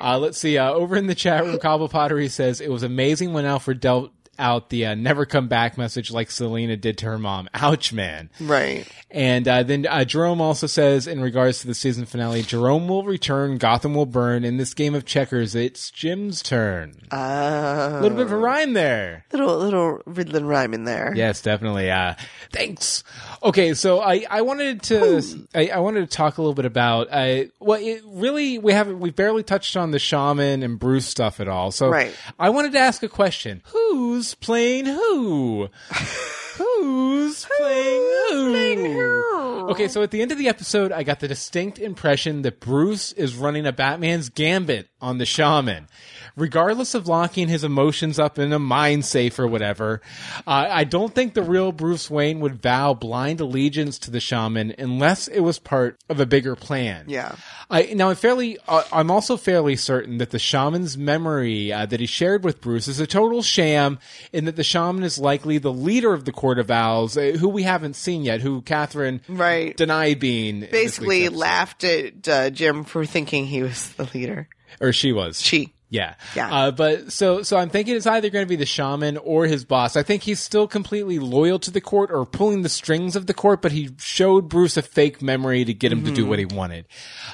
Uh, let's see. Uh, over in the chat room, Cobble Pottery says it was amazing when Alfred dealt out the uh, never come back message like Selena did to her mom. Ouch, man.
Right.
And uh, then uh, Jerome also says, in regards to the season finale, Jerome will return, Gotham will burn. In this game of checkers, it's Jim's turn.
A
little bit of a rhyme there.
Little, little Riddlin rhyme in there.
Yes, definitely. Uh, thanks. Okay, so I, I wanted to I, I wanted to talk a little bit about uh, well, it really we haven't we barely touched on the shaman and Bruce stuff at all. So
Right.
I wanted to ask a question: Who's playing who? Who's playing who? Okay, so at the end of the episode, I got the distinct impression that Bruce is running a Batman's gambit on the shaman. Regardless of locking his emotions up in a mind safe or whatever, uh, I don't think the real Bruce Wayne would vow blind allegiance to the shaman unless it was part of a bigger plan.
Yeah.
I, now, I'm fairly, uh, I'm also fairly certain that the shaman's memory uh, that he shared with Bruce is a total sham, and that the shaman is likely the leader of the Court of Owls, uh, who we haven't seen yet, who Catherine
Right.
Deny Bean. this week's
Basically laughed at uh, Jim for thinking he was the leader.
or she was
she
yeah
Yeah.
uh, but so so i'm thinking it's either going to be the shaman or his boss i think he's still completely loyal to the court or pulling the strings of the court but he showed bruce a fake memory to get him to do
Mm-hmm.
Mhm.
what he wanted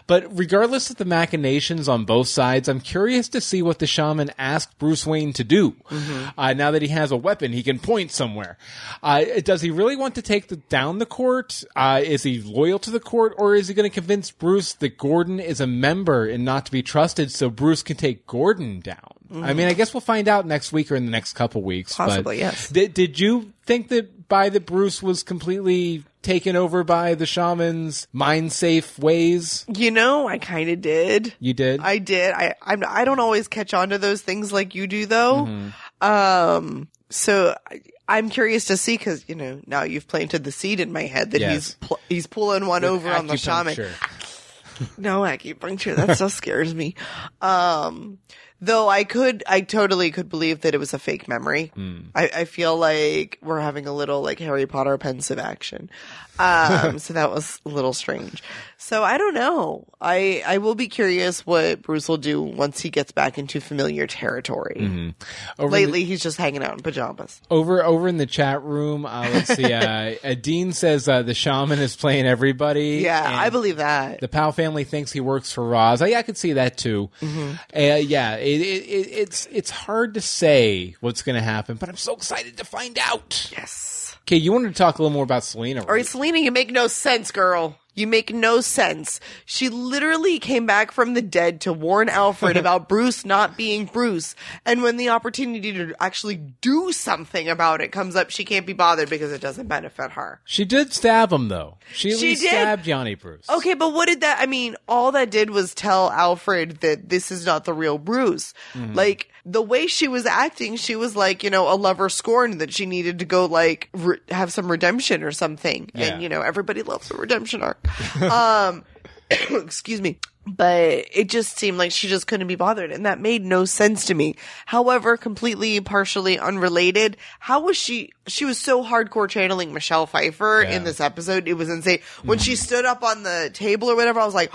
but regardless of the machinations on both sides i'm curious to see what the shaman asked bruce wayne to do
Mm-hmm.
uh, now that he has a weapon, he can point somewhere. Uh, does he really want to take the, down the court? Uh, is he loyal to the court, or is he going to convince Bruce that Gordon is a member and not to be trusted, so Bruce can take Gordon down? I
Mhm.
mean, I guess we'll find out next week or in the next couple weeks. but
Possibly, yes.
Did, did you think that by that Bruce was completely taken over by the shaman's mind safe ways?
You know, I kind of did.
You did.
I did. I I'm, I don't always catch on to those things like you do though.
Mhm.
Um, so I, I'm curious to see because you know now you've planted the seed in my head that he's
Yes.
pl- he's pulling one
With
over on the shaman.
acupuncture.
No acupuncture. That stuff scares me. Um, though I could, I totally could believe that it was a fake memory.
Hmm.
I, I feel like we're having a little like Harry Potter pensive action. Um, so that was a little strange. So I don't know. I, I will be curious what Bruce will do once he gets back into familiar territory.
Mhm. Over the- Oh,
Lately, he's just hanging out in pajamas.
Over over in the chat room, uh, let's see. Uh, uh, Dean says uh, the shaman is playing everybody.
Yeah,
and
I believe that.
the Powell family thinks he works for Roz. I, I could see that too.
Mm-hmm.
Uh, yeah, it, it, it, it's it's hard to say what's going to happen, but I'm so excited to find out.
Yes.
Okay, you wanted to talk a little more about Selena.
All right, Selena, you make no sense, girl. You make no sense. She literally came back from the dead to warn Alfred about Bruce not being Bruce. And when the opportunity to actually do something about it comes up, she can't be bothered because it doesn't benefit her.
She did stab him though. She at
She
least
did.
stabbed Johnny Bruce.
Okay, but what did that? I mean, all that did was tell Alfred that this is not the real Bruce.
Mhm.
Like the way she was acting, she was like, you know, a lover scorned that she needed to go like re- have some redemption or something.
Yeah.
And you know, everybody loves the redemption arc. um, excuse me. But it just seemed like she just couldn't be bothered, and that made no sense to me. However, completely partially unrelated, how was she? She was so hardcore channeling Michelle Pfeiffer in this episode; it was insane. When she
Mm-hmm.
stood up on the table or whatever, I was like,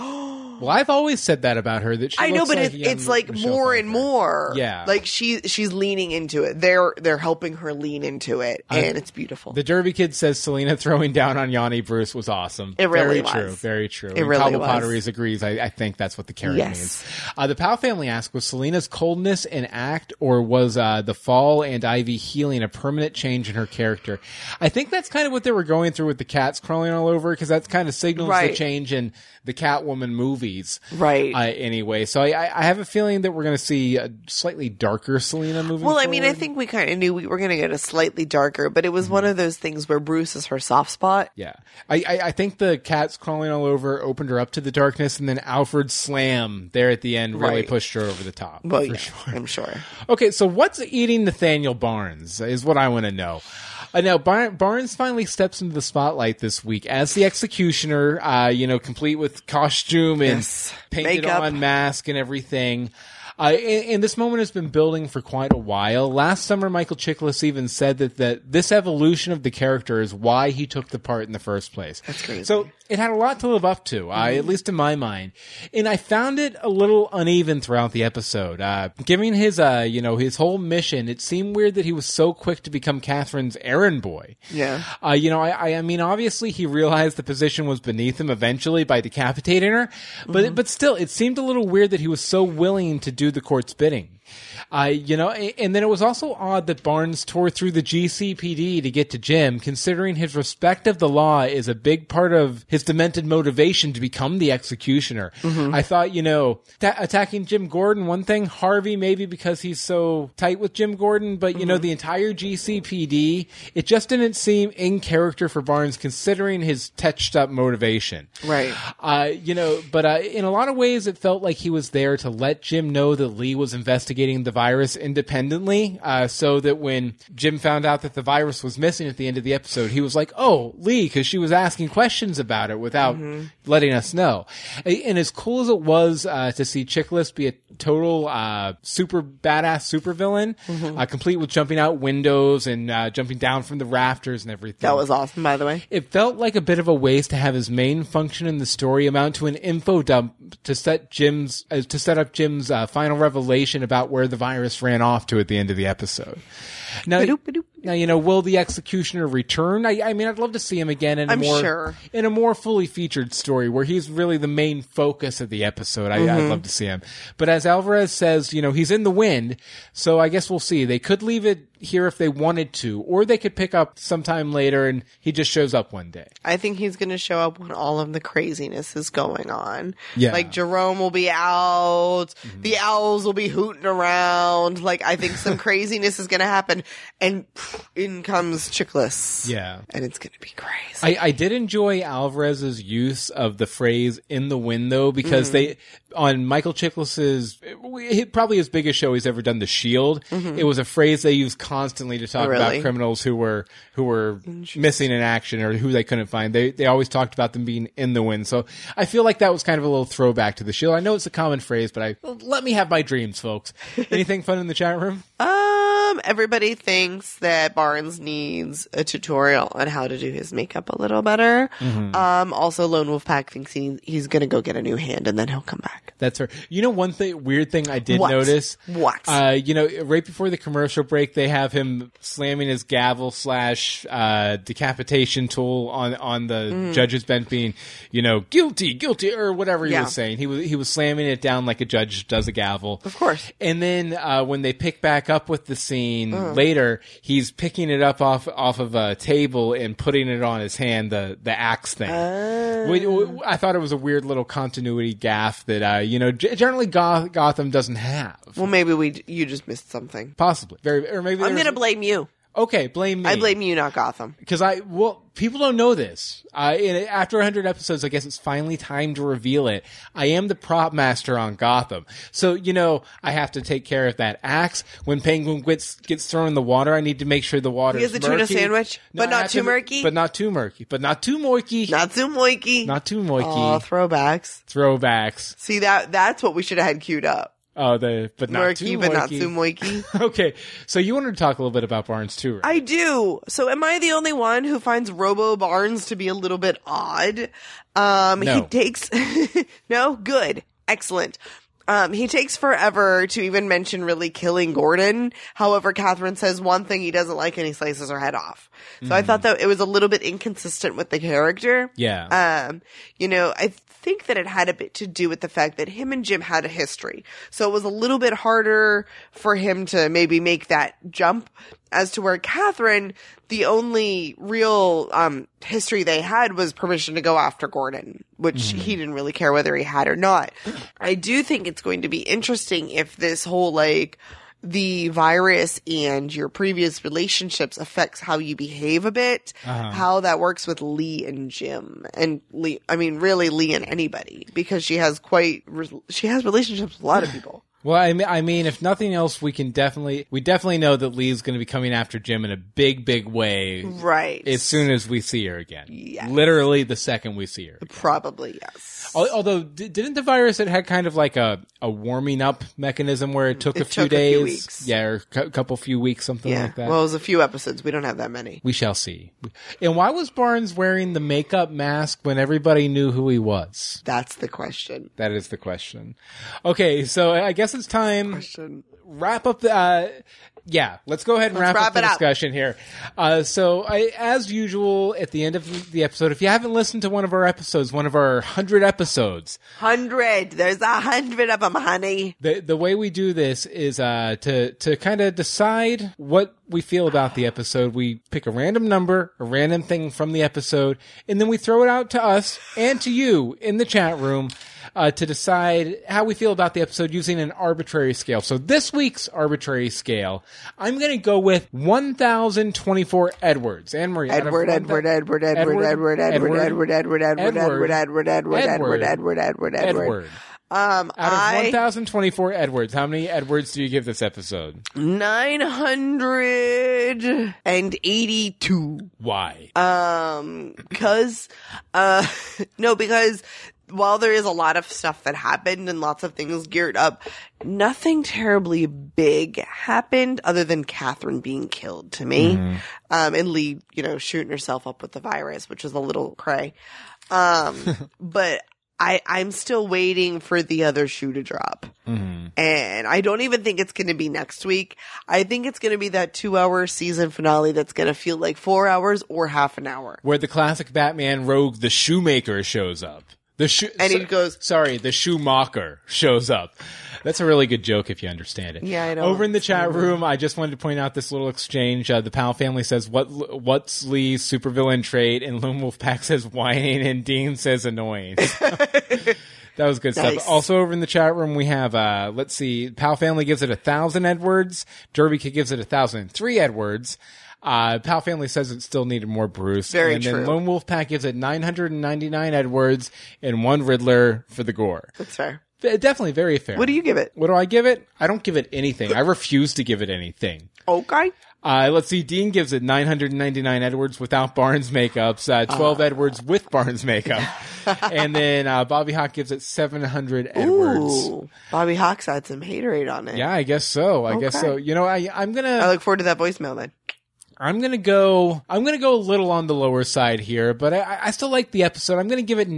Well, I've always said that about her. That she
I know,
looks
but
like
it,
young
it's like
Michelle
more
Pfeiffer.
and more.
Yeah.
like she she's leaning into it. They're they're helping her lean into it,
I-
and it's beautiful.
The Derby Kid says Selena throwing down on Yanni Bruce was awesome.
It really
very
was.
true. Very true.
It
and
really
Cobble
was.
Potteries agrees. I, I think that's what the carrot
Yes.
means. Uh, the Powell family asked, was Selena's coldness an act or was uh, the fall and Ivy healing a permanent change in her character? I think that's kind of what they were going through with the cats crawling all over because that kind of signals
Right.
the change in the Catwoman movies.
Right.
Uh, anyway, so I, I I have a feeling that we're going to see a slightly darker Selena moving
Well, I mean, I
forward. Mm-hmm.
think we kind of knew we were going to get a slightly darker, but it was one of those things where Bruce is her soft spot.
Yeah, I, I I think the cats crawling all over opened her up to the darkness, and then Alfred's slam there at the end really
Right.
pushed her over the top.
Well,
for
yeah,
sure.
I'm sure.
Okay, so what's eating Nathaniel Barnes is what I want to know. Uh, now Bar- Barnes finally steps into the spotlight this week as the executioner. Uh, you know, complete with costume and painted
Makeup.
on mask and everything. Uh, and, and this moment has been building for quite a while. Last summer, Michael Chiklis even said that, that this evolution of the character is why he took the part in the first place. That's
crazy.
So it had a lot to live up to, uh,
Mhm.
at least in my mind. And I found it a little uneven throughout the episode. Uh, given his, uh, you know, his whole mission, it seemed weird that he was so quick to become Catherine's errand boy.
Yeah.
Uh, you know, I, I, I mean, obviously he realized the position was beneath him eventually by decapitating her, but but still, it seemed a little weird that he was so willing to do the court's bidding. Uh, you know, a- and then it was also odd that Barnes tore through the GCPD to get to Jim, considering his respect of the law is a big part of his demented motivation to become the executioner.
Mhm.
I thought, you know, ta attacking Jim Gordon, one thing, Harvey, maybe because he's so tight with Jim Gordon, but you know, the entire GCPD, it just didn't seem in character for Barnes considering his touched up motivation.
Right.
Uh, you know, but uh, in a lot of ways, it felt like he was there to let Jim know that Lee was investigating investigating the virus independently, uh, so that when Jim found out that the virus was missing at the end of the episode, he was like, "Oh, Lee," because she was asking questions about it without
Mhm.
letting us know. A- And as cool as it was uh, to see Chickless be a total uh, super badass supervillain,
Mhm.
uh, complete with jumping out windows and uh, jumping down from the rafters and everything.
That was awesome, by the way.
It felt like a bit of a waste to have his main function in the story amount to an info dump to set Jim's uh, to set up Jim's uh, final revelation about where the virus ran off to at the end of the episode. Now, now you know, will the executioner return? I, I mean, I'd love to see him again in a
I'm
more
sure.
in a more fully featured story where he's really the main focus of the episode. I, I'd
Mhm.
love to see him. But as Alvarez says, you know, he's in the wind, so I guess we'll see. They could leave it here if they wanted to, or they could pick up sometime later and he just shows up one day.
I think he's going to show up when all of the craziness is going on.
Yeah. Mm-hmm.
Like Jerome will be out, the owls will be hooting around. Like I think some craziness is going to happen and in comes Chickless.
Yeah.
And it's going to be great.
I, I did enjoy Alvarez's use of the phrase "in the wind," though, because
Mhm.
they on Michael Chiklis's he- probably his biggest show he's ever done, The Shield.
Mhm.
It was a phrase they used constantly to talk
Oh, really?
about criminals who were who were missing in action or who they couldn't find. They they always talked about them being in the wind. So I feel like that was kind of a little throwback to The Shield. I know it's a common phrase, but I let me have my dreams, folks. Anything fun in the chat room?
Um, everybody thinks that Barnes needs a tutorial on how to do his makeup a little better.
Mhm.
Um, also Lone Wolf Pack thinks he, he's going to go get a new hand and then he'll come back.
That's her. You know, one thing, weird thing I did
What?
notice.
What?
Uh, you know, right before the commercial break, they have him slamming his gavel slash uh, decapitation tool on on the
Mm.
judge's bench, being, you know, guilty, guilty, or whatever he
Yeah.
was saying. He was he was slamming it down like a judge does a gavel, of
course.
And then uh, when they pick back up with the scene
Mm.
later, he's picking it up off off of a table and putting it on his hand, the the axe thing.
Oh.
We- we- I thought it was a weird little continuity gaff that uh, you know g- generally Goth- Gotham doesn't have.
Well, maybe we you just missed something.
Possibly, very or maybe
I'm going to blame you.
Okay, blame me.
I blame you, not Gotham.
because I well people don't know this. Uh, and after 100 episodes, I guess it's finally time to reveal it. I am the prop master on Gotham, so you know I have to take care of that axe. When Penguin gets gets thrown in the water, I need to make sure the water
He has
is
the tuna
murky.
sandwich,
No,
but
I
not
have
too
to-
murky?
But not too murky. But not too moiky.
Not Oh. too moiky.
Not too moiky.
Aw, throwbacks.
Throwbacks.
See that that's what we should have had queued up.
Oh, the but not
Murky,
too
but not
moiky.
too moiky.
okay, so you wanted to talk a little bit about Barnes too, right?
I do. So am I the only one who finds Robo Barnes to be a little bit odd? Um
No.
he takes No, good. Excellent. Um, he takes forever to even mention really killing Gordon. However, Catherine says one thing he doesn't like and he slices her head off. So I
Mhm.
thought that it was a little bit inconsistent with the character.
Yeah.
Um, you know, I think that it had a bit to do with the fact that him and Jim had a history. So it was a little bit harder for him to maybe make that jump as to where Catherine, the only real, um, history they had was permission to go after Gordon, which
Mhm.
he didn't really care whether he had or not. I do think it's going to be interesting if this whole, like, the virus and your previous relationships affects how you behave a bit
Uh-huh.
how that works with Lee and Jim and Lee I mean really Lee and anybody because she has quite re- she has relationships with a lot of people.
Well, I mean, I mean, if nothing else, we can definitely we definitely know that Lee's going to be coming after Jim in a big, big way,
Right.
As soon as we see her again, literally the second we see her.
Probably yes.
Al- Although, di- didn't the virus it had kind of like a, a warming up mechanism where it took
It
a few
took a
days,
few weeks.
yeah, or a cou- couple few weeks, something
yeah.
like that.
Well, it was a few episodes. We don't have that many.
we shall see. And why was Barnes wearing the makeup mask when everybody knew who he was?
That's the question.
That is the question. Okay, so I guess it's time wrap up the. Uh, yeah, let's go ahead and
Let's
wrap,
wrap
up the
it up.
discussion here. Uh, so, I, as usual, at the end of the episode, if you haven't listened to one of our episodes, one of our hundred episodes,
100. There's a 100 of them, honey.
the the way we do this is uh, to to kind of decide what we feel about the episode. We pick a random number, a random thing from the episode, and then we throw it out to us and to you in the chat room uh, to decide how we feel about the episode using an arbitrary scale. So this week's arbitrary scale, I'm going to go with 1,024 Edwards. Anne Marie, out of
Edward,
1,000
Edward, Edward, Edward, Edward, Edward, Edward, Edward, Edward, Edward, Edward, Edward, Edward, Edward, Edward, Edward, Edward, Edward, Edward, Edward,
Edward.
Um,
Out of
I
1,024 Edwards, how many Edwards do you give this episode?
982.
Why?
Um, cause, uh, no, because while there is a lot of stuff that happened and lots of things geared up, nothing terribly big happened other than Catherine being killed to me.
Mhm.
Um, and Lee, you know, shooting herself up with the virus, which was a little cray. Um, but I, I'm still waiting for the other shoe to drop. And I don't even think it's going to be next week. I think it's going to be that two hour season finale that's going to feel like four hours or half an hour.
Where the classic Batman rogue, the shoemaker, shows up. The shoe,
And he
goes, "Sorry, the shoemaker shows up." That's a really good joke if you understand it.
Yeah, I know.
Over in the chat room, I just wanted to point out this little exchange. Uh, the Powell family says, "What? What's Lee's supervillain trait?" And Lone Wolf Pack says, "Whining," and Dean says, "Annoying." That was good
Nice.
stuff. Also, over in the chat room, we have uh, let's see, Pal Family gives it a thousand Edwards. Derby Kid gives it a thousand and three Edwards. Uh, Pal Family says it still needed more Bruce.
Very
and
true.
then Lone Wolf Pack gives it 999 Edwards and one Riddler for the gore.
That's fair.
Th- Definitely very fair.
What do you give it?
What do I give it? I don't give it anything. I refuse to give it anything.
Okay.
Uh, let's see. Dean gives it 999 Edwards without Barnes makeups, uh,
Ah.
12 Edwards with Barnes makeup. and then uh, Bobby Hawk gives it 700 Edwards.
Ooh, Bobby Hawks had some haterade on it.
Yeah, I guess so. I guess
Okay. Oh,
so. You know, I I'm gonna I
look forward to that voicemail then.
I'm gonna go I'm gonna go a little on the lower side here, but I, I still like the episode. I'm gonna give it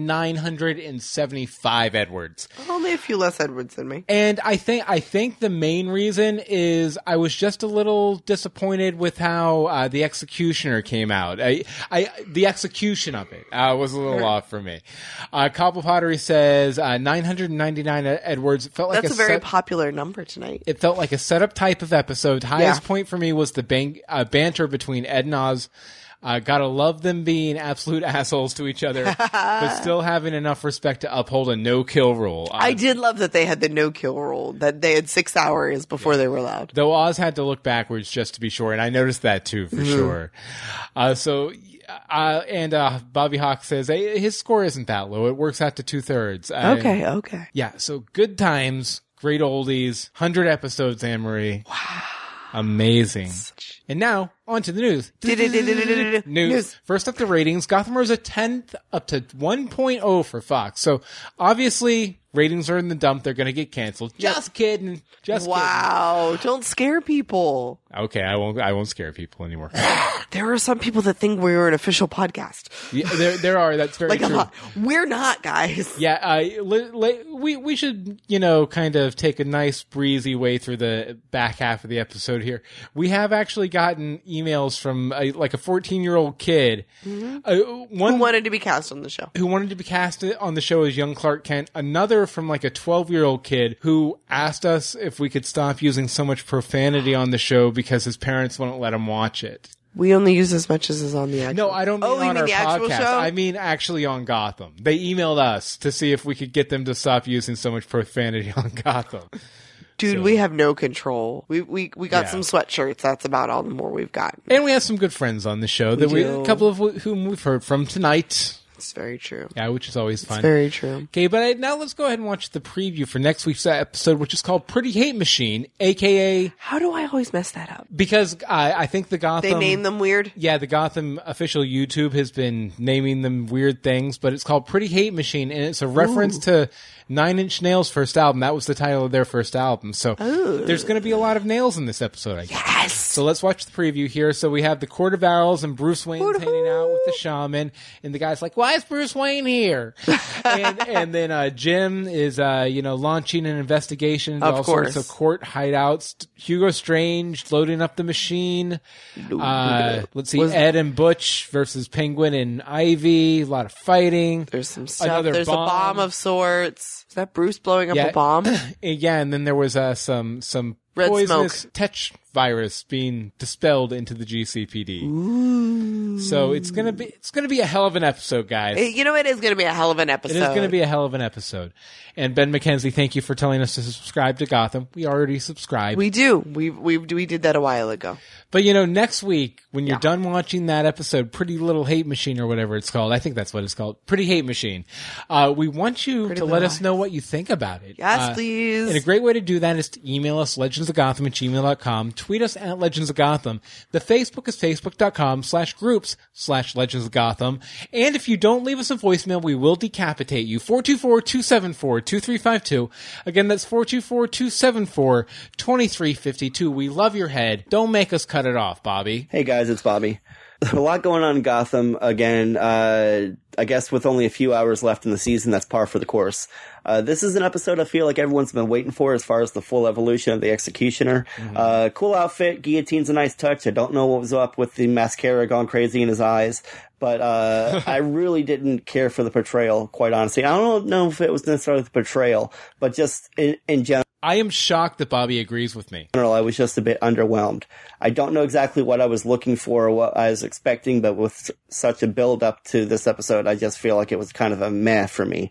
975 Edwards.
Only a few less Edwards than me.
And I think I think the main reason is I was just a little disappointed with how uh, the executioner came out. I, I the execution of it uh, was a little off for me. Uh, Cobble Pottery says uh, 999 Edwards felt like
That's
a
a very
set-
popular number tonight.
it felt like a setup type of episode. Highest
Yeah.
point for me was the ban- uh, banter between Ed and Oz. Uh, gotta love them being absolute assholes to each other, but still having enough respect to uphold a no kill rule. Uh,
I did love that they had the no kill rule, that they had six hours before they were allowed.
Though Oz had to look backwards just to be sure, and I noticed that too for
Mhm.
sure. Uh, so, uh, and uh, Bobby Hawk says hey, his score isn't that low; it works out to two thirds. Uh,
Okay, okay.
yeah. So good times, great oldies, hundred episodes, Anne Marie. Wow, amazing. And now on to the news.
Du-du-du-du-du-du-du.
News. First up, the ratings. Gotham was a tenth up to 1.0 for Fox. So obviously, ratings are in the dump. They're going to get canceled. Just kidding. Just
wow. Don't scare people.
Okay, I won't. I won't scare people anymore.
There are some people that think we're an official podcast.
Yeah, there, there are. That's very
Like a
true.
lot. We're not, guys.
Yeah, uh, li- li- we we should you know kind of take a nice breezy way through the back half of the episode here. We have actually gotten emails from a, like a fourteen year old kid Uh, one
Who wanted to be cast on the show?
who wanted to be cast on the show as young Clark Kent. Another from like a twelve year old kid who asked us if we could stop using so much profanity on the show because his parents wouldn't let him watch it.
We only use as much as is on the actual.
No, I don't mean
Oh, you
on
mean
our
the actual
podcast.
show?
I mean actually on Gotham. They emailed us to see if we could get them to stop using so much profanity on Gotham.
Dude, we have no control. We we we got
Yeah.
some sweatshirts. That's about all the more we've got.
And we have some good friends on the show that we,
We
a
do.
couple of wh- whom we've heard from tonight.
It's very true.
Yeah, which is always fun.
very true.
Okay, but I, now let's go ahead and watch the preview for next week's episode, which is called "Pretty Hate Machine," aka
How do I always mess that up?
because I, I think the Gotham
They name them weird.
Yeah, the Gotham official YouTube has been naming them weird things, but it's called Pretty Hate Machine, and it's a reference
Ooh.
to Nine Inch Nails' first album. That was the title of their first album. So there's going to be a lot of nails in this episode, I guess.
Yes!
So let's watch the preview here. So we have the Court of Owls and Bruce Wayne's hanging out with the shaman, and the guy's like, why is Bruce Wayne here? and, and then uh, Jim is, uh, you know, launching an investigation into
Of
all
course.
sorts of court hideouts. Hugo Strange loading up the machine. Uh, let's see,
Was-
Ed and Butch versus Penguin and Ivy. A lot of fighting.
There's some Stuff. There's a bomb of sorts. Is that Bruce blowing up
Eh, Yeah.
a bomb?
yeah, and then there was uh, some some
Red
poisonous
smoke.
tetch virus being dispelled into the GCPD. So it's gonna be it's gonna be a hell of an episode, guys.
It- you know, it is going to be a hell of an
It
episode.
is going to be a hell of an episode. And Ben McKenzie, thank you for telling us to subscribe to Gotham. We already subscribed.
We do. We we we did that a while ago.
But you know, next week when you're done watching that episode, Pretty Little Hate Machine or whatever it's called, I think that's what it's called, Pretty Hate Machine. Uh, we want you to let
Little
us know what you think about it.
Yes,
Uh,
please.
And a great way to do that is to email us legendsofgotham at gmail.com, tweet us at legends of gotham. The Facebook is facebook.com slash groups slash legends of gotham. And if you don't leave us a voicemail, we will decapitate you. 424-274-2352. Again, that's 424-274-2352. We love your head. Don't make us cut it off, Bobby.
Hey guys, it's Bobby. A lot going on in Gotham again. Uh, I guess with only a few hours left in the season, that's par for the course. Uh, this is an episode I feel like everyone's been waiting for as far as the full evolution of the Executioner. Uh, cool outfit, guillotine's a nice touch. I don't know what was up with the mascara gone crazy in his eyes, but uh, I really didn't care for the portrayal, quite honestly. I don't know if it was necessarily the portrayal, but just in, in general.
I am shocked that Bobby agrees with me.
general, I was just a bit underwhelmed. I don't know exactly what I was looking for or what I was expecting, but with s- such a build up to this episode, I just feel like it was kind of a meh for me.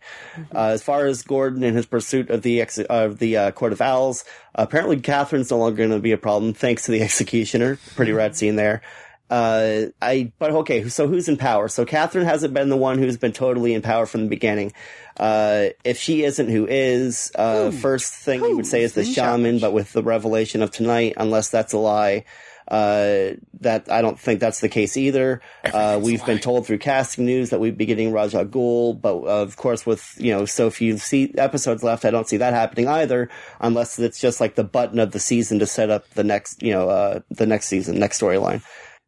Uh, as far as Gordon and his pursuit of the ex- of the uh, Court of Owls, apparently Catherine's no longer going to be a problem thanks to the Executioner. Pretty rad scene there. Uh, I, but okay, so who's in power? So Catherine hasn't been the one who's been totally in power from the beginning. Uh, if she isn't, who is? Uh, first thing you would say is the
Who's in
shaman, but with the revelation of tonight, unless that's a lie, uh, that I don't think that's the case either. Uh, we've been told through casting news that we'd be getting Rajah Ghul, but uh, of course, with you know so few se- episodes left, I don't see that happening either, unless it's just like the button of the season to set up the next, you know, uh, the next season, next storyline.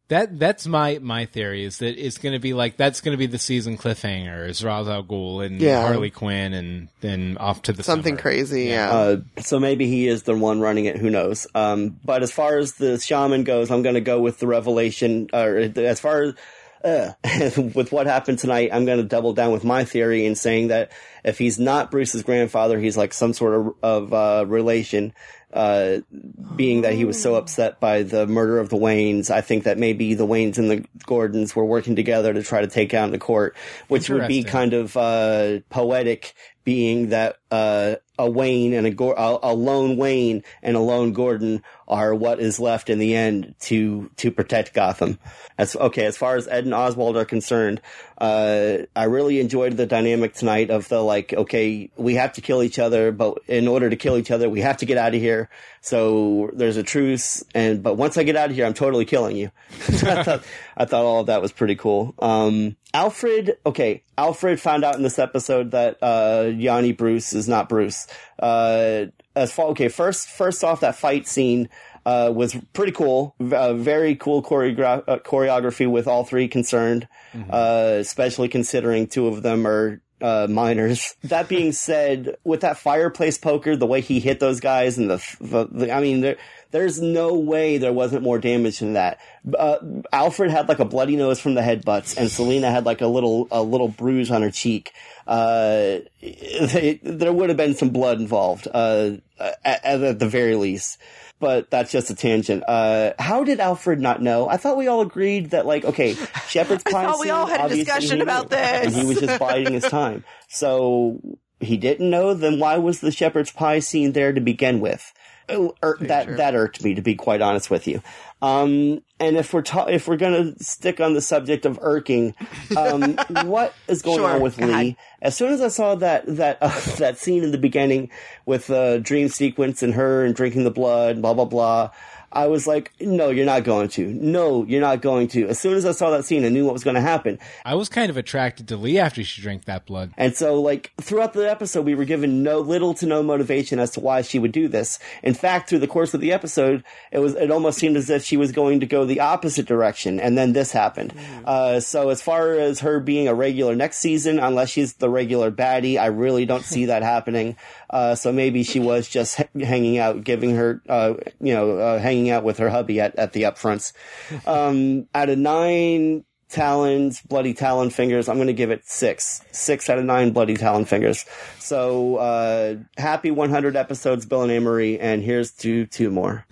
That that's my my theory is that it's going to be like that's going to be the season cliffhanger is Ra's al Ghul and
Yeah.
Harley Quinn and then off to the
something
crazy. Yeah.
Uh, so maybe he is the one running it. Who knows? Um, but as far as the shaman goes, I'm going to go with the revelation. Or the- as far as uh, with what happened tonight, I'm going to double down with my theory in saying that if he's not Bruce's grandfather, he's like some sort of, of uh, relation. Uh, being that he was so upset by the murder of the Waynes, I think that maybe the Waynes and the Gordons were working together to try to take down the court, which would be
Interesting.
kind of uh, poetic, being that uh, a Wayne and a, Gor- a a lone Wayne and a lone Gordon are what is left in the end to to protect Gotham. As okay, as far as Ed and Oswald are concerned, uh, I really enjoyed the dynamic tonight of the like, okay, we have to kill each other, but in order to kill each other, we have to get out of here. So there's a truce, and but once I get out of here, I'm totally killing you. I, thought, I thought all of that was pretty cool. Um, Alfred, okay, Alfred found out in this episode that uh, Yanni Bruce is not Bruce. Uh, as far okay, first first off, that fight scene uh, was pretty cool. V- Uh, very cool choreogra- uh, choreography with all three concerned, uh, especially considering two of them are uh, minors. That being said, with that fireplace poker, the way he hit those guys, and the, f- the, the I mean, there, there's no way there wasn't more damage than that. Uh, Alfred had like a bloody nose from the headbutts, and Selena had like a little a little bruise on her cheek. Uh, it- there would have been some blood involved, uh, at, at the very least. But that's just a tangent. Uh, how did Alfred not know? I thought we all agreed that, like, okay, Shepard's
I
pine
thought Oh, we all
scene,
had a
obviously
discussion
he
about
knew.
this.
And he was just biding his time. So he didn't know. Then why was the shepherd's pie scene there to begin with? Oh, ir- that that irked me, to be quite honest with you. Um, and if we're ta- if we're gonna stick on the subject of irking, um, what is going
Sure,
on with
go
Lee?
ahead.
As soon as I saw that that uh, that scene in the beginning with the dream sequence and her and drinking the blood, blah blah blah, I was like, "No, you're not going to. No, you're not going to." As soon as I saw that scene, I knew what was going to happen.
I was kind of attracted to Lee after she drank that blood.
And so, like, throughout the episode, we were given no little to no motivation as to why she would do this. In fact, through the course of the episode, it was, it almost seemed as if she was going to go the opposite direction. And then this happened. Uh, so as far as her being a regular next season, unless she's the regular baddie, I really don't see that happening. Uh, so maybe she was just h- hanging out, giving her, uh, you know, uh, hanging out with her hubby at, at the upfronts. Um, out of nine,
talons, bloody talon fingers. I'm going to give it six, six out of nine bloody talon fingers. So uh, happy 100 episodes, Bill and Amory, and here's to two more.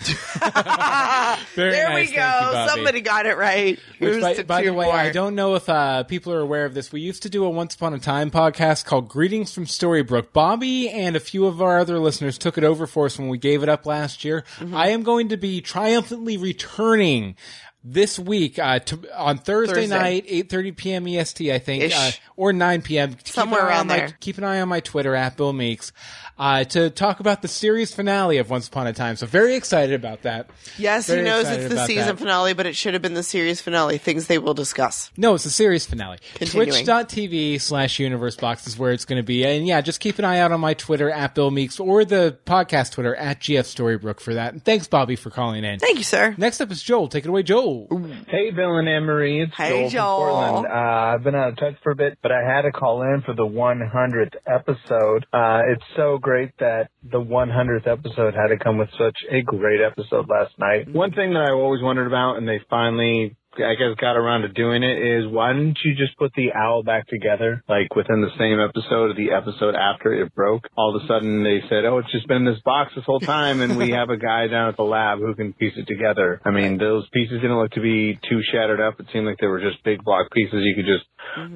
there
nice.
we
Thank
go.
you, Bobby.
Somebody got it right.
Which,
Here's
by,
to
by the
two
way,
more.
I don't know if uh, people are aware of this. We used to do a Once Upon a Time podcast called Greetings from Storybrooke. Bobby and a few of our other listeners took it over for us when we gave it up last year.
Mm-hmm.
I am going to be triumphantly returning this week uh, to, on Thursday,
Thursday.
night, 8.30 p.m. EST, E I think,
Ish.
uh, or 9 p.m. Keep an
Somewhere
eye
around
on my-
there.
keep an eye on my Twitter at Bill Meeks uh, to talk about the series finale of Once Upon a Time. So very excited about that.
Yes,
Very
he knows
excited
it's the
about
season
that.
finale, but it should have been the series finale. Things they will discuss.
No, it's the series finale.
Continuing.
Twitch.tv slash universe box is where it's going to be. And yeah, just keep an eye out on my Twitter at Bill Meeks or the podcast Twitter at GF Storybrooke for that. And thanks, Bobby, for calling in.
Thank you, sir.
Next up is Joel. Take it away, Joel.
Hey, Bill and Emery. It's
Hey,
Joel,
Joel.
from Portland. Uh, I've been out of touch for a bit, but I had to call in for the 100th episode. Uh, it's so great that the 100th episode had to come with such a great episode last night. One thing that I always wondered about, and they finally, I guess, got around to doing it, is why didn't you just put the owl back together, like within the same episode or the episode after it broke? All of a sudden, they said, "Oh, it's just been in this box this whole time," and we have a guy down at the lab who can piece it together. I mean, those pieces didn't look to be too shattered up. It seemed like they were just big block pieces. You could just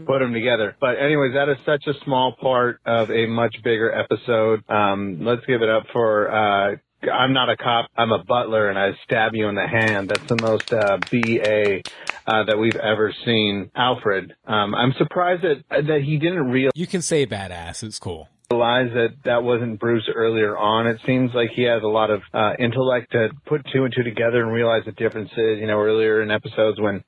put them together. But anyways, that is such a small part of a much bigger episode. Um, let's give it up for, uh, I'm not a cop. I'm a butler and I stab you in the hand. That's the most, uh, BA, uh, that we've ever seen. Alfred. Um, I'm surprised that, that he didn't realize.
You can say badass. It's cool.
Realize that that wasn't Bruce earlier on. It seems like he has a lot of uh, intellect to put two and two together and realize the differences. You know, earlier in episodes when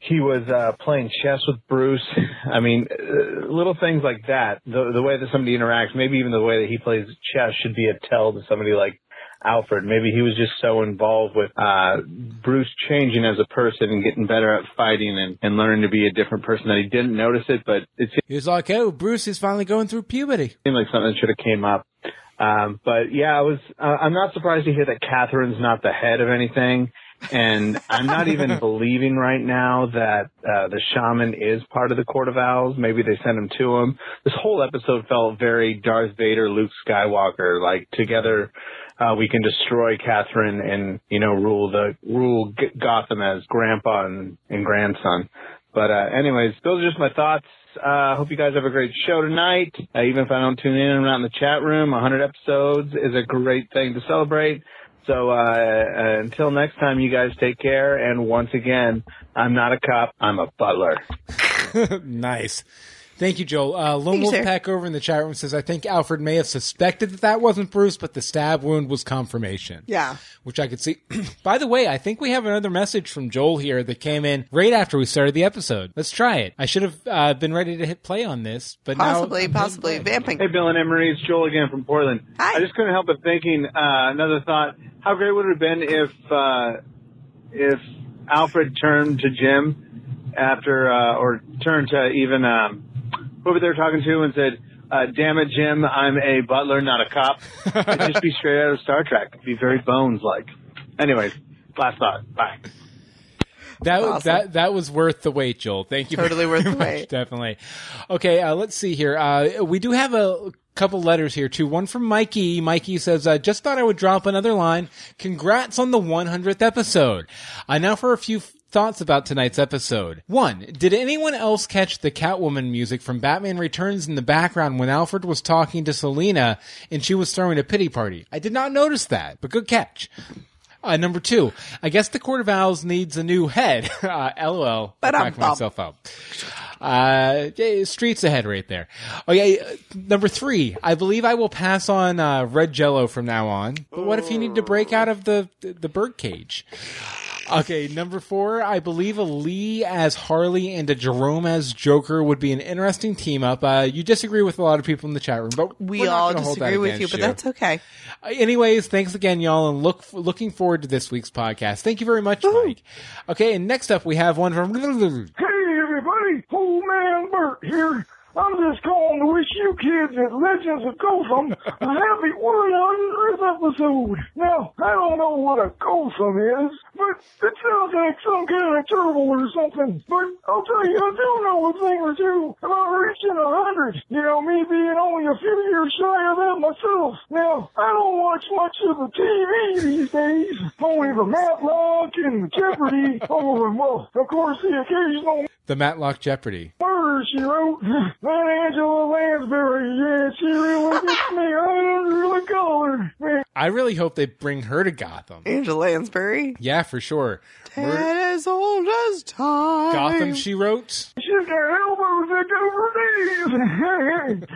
he was uh, playing chess with Bruce. I mean, uh, little things like that. The, the way that somebody interacts, maybe even the way that he plays chess, should be a tell to somebody like Alfred. Maybe he was just so involved with uh, Bruce changing as a person and getting better at fighting and, and learning to be a different person that he didn't notice it. But it
He was like, oh, Bruce is finally going through puberty.
seemed like something that should have came up. Um, but yeah, I was. Uh, I'm not surprised to hear that Catherine's not the head of anything, and I'm not even believing right now that uh, the shaman is part of the Court of Owls. Maybe they sent him to him. This whole episode felt very Darth Vader, Luke Skywalker, like together uh, we can destroy Catherine and you know rule the rule G- Gotham as grandpa and, and grandson. But uh, anyways, those are just my thoughts. Uh, hope you guys have a great show tonight. Uh, even if I don't tune in, I'm not in the chat room. 100 episodes is a great thing to celebrate. So uh, uh, until next time, you guys take care. And once again, I'm not a cop. I'm a butler.
nice. Thank you, Joel. Uh, Lone
Thank you,
Wolf
sir.
Pack over in the chat room says, I think Alfred may have suspected that that wasn't Bruce, but the stab wound was confirmation.
Yeah.
Which I could see. By the way, I think we have another message from Joel here that came in right after we started the episode. Let's try it. I should have uh, been ready to hit play on this, but
Possibly,
now.
possibly vamping.
Hey, Bill and Emery, it's Joel again from Portland. I just couldn't help but thinking uh, another thought. How great would it have been if uh, if Alfred turned to Jim after, uh, or turned to even um, whoever they were talking to and said, uh, "Damn it, Jim, I'm a butler, not a cop." It'd just be straight out of Star Trek. It'd be very Bones like. Anyways, last thought. Bye.
That
Awesome.
that that was worth the wait, Joel. Thank you.
Totally
very
worth the
much,
wait.
Definitely. Okay, uh, let's see here. Uh, we do have a couple letters here too. One from Mikey. Mikey says, "I just thought I would drop another line. Congrats on the 100th episode. Uh, now for a few." f- Thoughts about tonight's episode. One, did anyone else catch the Catwoman music from Batman Returns in the background when Alfred was talking to Selina and she was throwing a pity party? I did not notice that, but good catch. Uh, number two, I guess the Court of Owls needs a new head. Uh, LOL.
But I'm
back myself up. Uh, yeah, streets ahead right there. Oh yeah. uh, Number three, I believe I will pass on uh, red Jello from now on. But what if you need to break out of the the bird cage? Okay, number four, I believe a Lee as Harley and a Jerome as Joker would be an interesting team up. Uh, you disagree with a lot of people in the chat room, but
We
we're not
all
gonna hold that
disagree with you,
against
but that's okay.
uh, Anyways, thanks again, y'all, and look looking forward to this week's podcast. Thank you very much, Mike. Okay, and next up we have one from.
Hey everybody, old man Bert here.
I'm just going to wish you kids at Legends of Gotham a happy 100th episode. Now, I don't know what a Gotham is, but it sounds like some kind of turtle or something. But I'll tell you, I do know a thing or two about reaching a 100. You know, me being only a few years shy of that myself. Now, I don't watch much of the TV these days, only the Matlock and the Jeopardy. Oh, and well, of course, the occasional
The Matlock Jeopardy.
Murder, she wrote. That Angela Lansbury, yeah, she really gets me under the collar. Man,
I really hope they bring her to Gotham.
Angela Lansbury.
Yeah, for sure. Murder-
Dead as old as time.
Gotham, she wrote.
She's got elbows that go for days.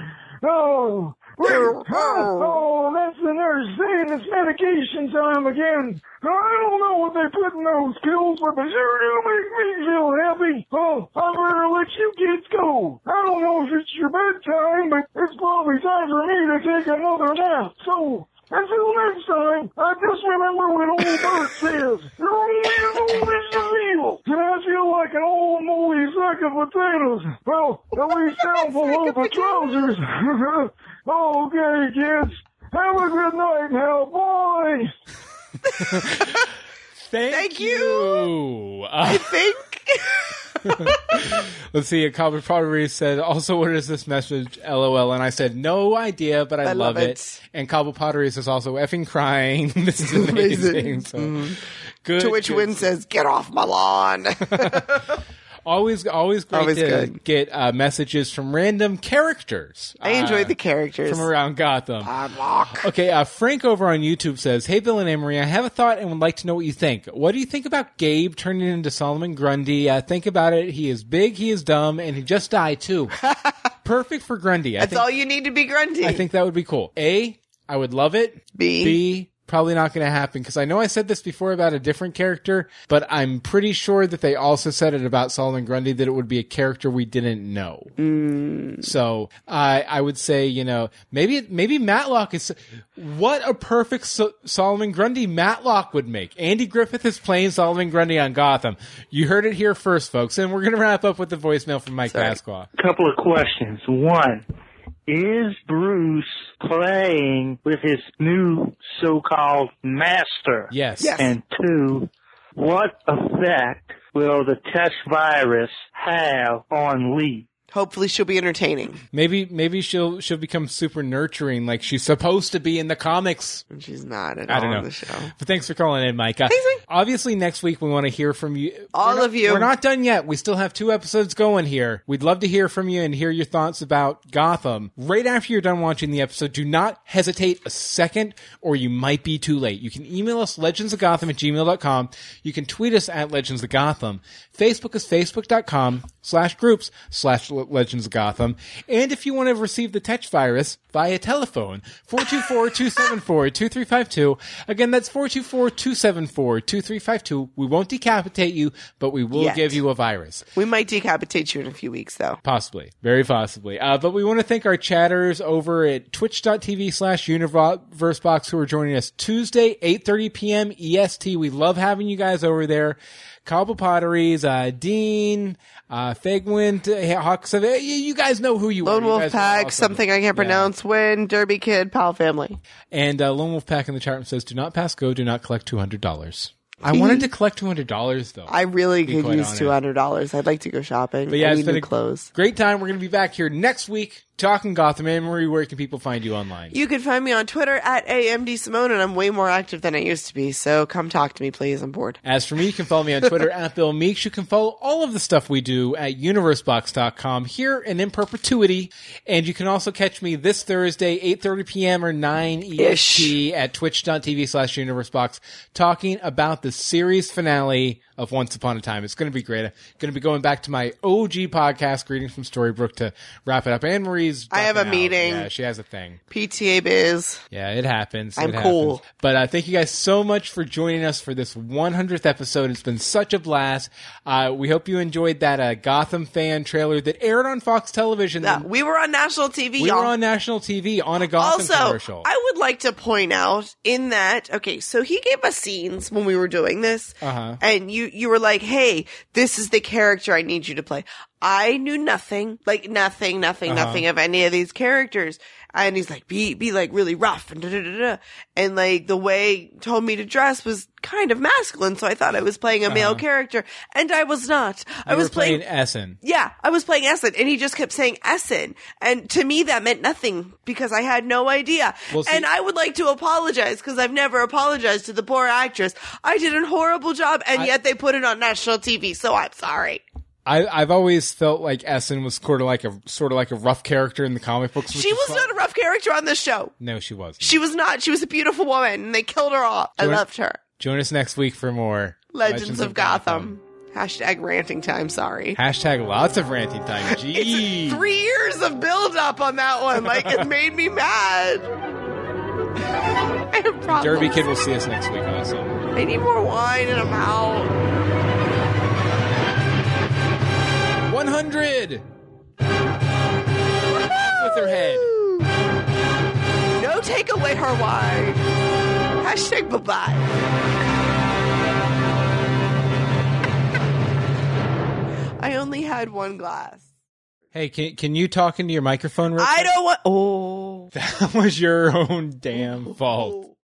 oh, wait. oh, that's the nurse saying it's medication time again. I don't know what they put in those pills, but they sure do make me feel happy. Oh, I'm gonna let you kids go. I don't know if it's your bedtime, but it's probably time for me to take another nap. So, until next time, I just remember what old Bert says. You're only as old as you feel. And I feel like an old moldy sack of potatoes. Well, at least down below the trousers. okay, kids. Have a good night now. Bye.
Thank, you. I
think.
Let's see. A comment probably said, "Also, what is this message?" LOL. And I said, "No idea, but I,
I
love,
love
it.
it.
And Cobble Potteries is also effing crying. this is amazing.
Amazing.
So, good.
Mm. to which
good
Wynn says, "Get off my lawn."
Always, always great
Always
to
good.
get uh, messages from random characters.
I Ah. enjoy
Uh,
the characters
from around Gotham. Okay, uh, Frank over on YouTube says, "Hey, Bill and Amory, I have a thought and would like to know what you think. What do you think about Gabe turning into Solomon Grundy? Uh, think about it. He is big, he is dumb, and he just died too. Perfect for Grundy. I
That's
think,
all you need to be Grundy.
I think that would be cool. A, I would love it.
B,
B." Probably not going to happen because I know I said this before about a different character, but I'm pretty sure that they also said it about Solomon Grundy that it would be a character we didn't know. So I I would say you know maybe maybe Matlock is what a perfect so- Solomon Grundy Matlock would make. Andy Griffith is playing Solomon Grundy on Gotham. You heard it here first, folks, and we're gonna wrap up with the voicemail from Mike Pasqua.
couple of questions. One, is Bruce playing with his new so-called master?
Yes.
Yes.
And two, what effect will the test virus have on Lee?
Hopefully, she'll be entertaining.
Maybe maybe she'll she'll become super nurturing like she's supposed to be in the comics.
She's not at
I don't
all
know.
in the show.
But thanks for calling in, Mike. Uh, obviously, next week we want to hear from you.
All
We're not-
of you.
We're not done yet. We still have two episodes going here. We'd love to hear from you and hear your thoughts about Gotham. Right after you're done watching the episode, do not hesitate a second or you might be too late. You can email us legendsofgotham at gmail.com. You can tweet us at legends of Gotham. Facebook is facebook.com slash groups slash legends of Gotham. And if you want to receive the Tetch virus via telephone, 424-274-2352. Again, that's 424-274-2352. We won't decapitate you, but we will
Yet.
give you a virus.
We might decapitate you in a few weeks, though.
Possibly. Very possibly. Uh, but we want to thank our chatters over at twitch.tv slash universebox who are joining us Tuesday, 8.30 p.m. EST. E We love having you guys over there. Cobble Potteries, uh, Dean, uh, Fegwin, uh, Hawks of, you, you guys know who you
Lone
are. You
Wolf
guys are
Pack,
awesome.
something I can't pronounce. Win, Derby Kid, Powell Family.
And uh, Lone Wolf Pack in the chat room says, do not pass go, do not collect $200. I wanted to collect $200 though.
I really
Be
could
quite
use
honest.
two hundred dollars. I'd like to go shopping.
But yeah,
I
it's
need
been
new
a
clothes.
great time. We're going to be back here next week talking Gotham. And Marie, where can people find you online?
You can find me on Twitter at AMD Simone, and I'm way more active than I used to be. So come talk to me, please. I'm bored.
As for me, you can follow me on Twitter at Bill Meeks. You can follow all of the stuff we do at universebox.com here and in perpetuity. And you can also catch me this Thursday, 8.30 p.m. or 9 EST at twitch.tv slash universebox talking about the series finale of Once Upon a Time. It's going to be great. I'm going to be going back to my OG podcast, Greetings from Storybrooke, to wrap it up. Anne Marie's.
I have a
ducking out.
meeting.
Yeah, she has a thing.
PTA biz.
Yeah, it happens.
I'm
It happens.
cool.
But uh, thank you guys so much for joining us for this 100th episode. It's been such a blast. Uh, we hope you enjoyed that uh, Gotham fan trailer that aired on Fox Television.
we were on national TV.
we
y'all.
were on national TV on a Gotham
also,
commercial.
I would like to point out in that. Okay, so he gave us scenes when we were doing this,
Uh huh.
and you you were like, "Hey, this is the character I need you to play." I knew nothing, like nothing, nothing,
Uh-huh.
nothing of any of these characters. And he's like, be, be like really rough and da da da da. And like the way he told me to dress was kind of masculine. So I thought I was playing a male
Uh-huh.
character and I was not. I
You
was
were playing
playing,
Essen.
yeah, I was playing Essen and he just kept saying Essen. And to me, that meant nothing because I had no idea.
Well, see-
and I would like to apologize because I've never apologized to the poor actress. I did a horrible job and
I-
yet they put it on national TV. So I'm sorry.
I, I've always felt like Essen was sort of like a sort of like a rough character in the comic books. which
She
is
was
fun.
not a rough character on this show.
No, she was.
She was not. She was a beautiful woman, and they killed her off. I
Join-
loved her.
Join us next week for more
Legends, of, Gotham. Hashtag ranting time. Sorry.
Hashtag lots of ranting time. Gee.
Three years of build up on that one. Like it made me mad. I have problems.
Derby Kid will see us next week also.
I need more wine, and I'm out.
100! With her head.
No, take away her wine. Hashtag bye bye. I only had one glass.
Hey, can, can you talk into your microphone real
I
quick?
don't want. Oh.
That was your own damn fault.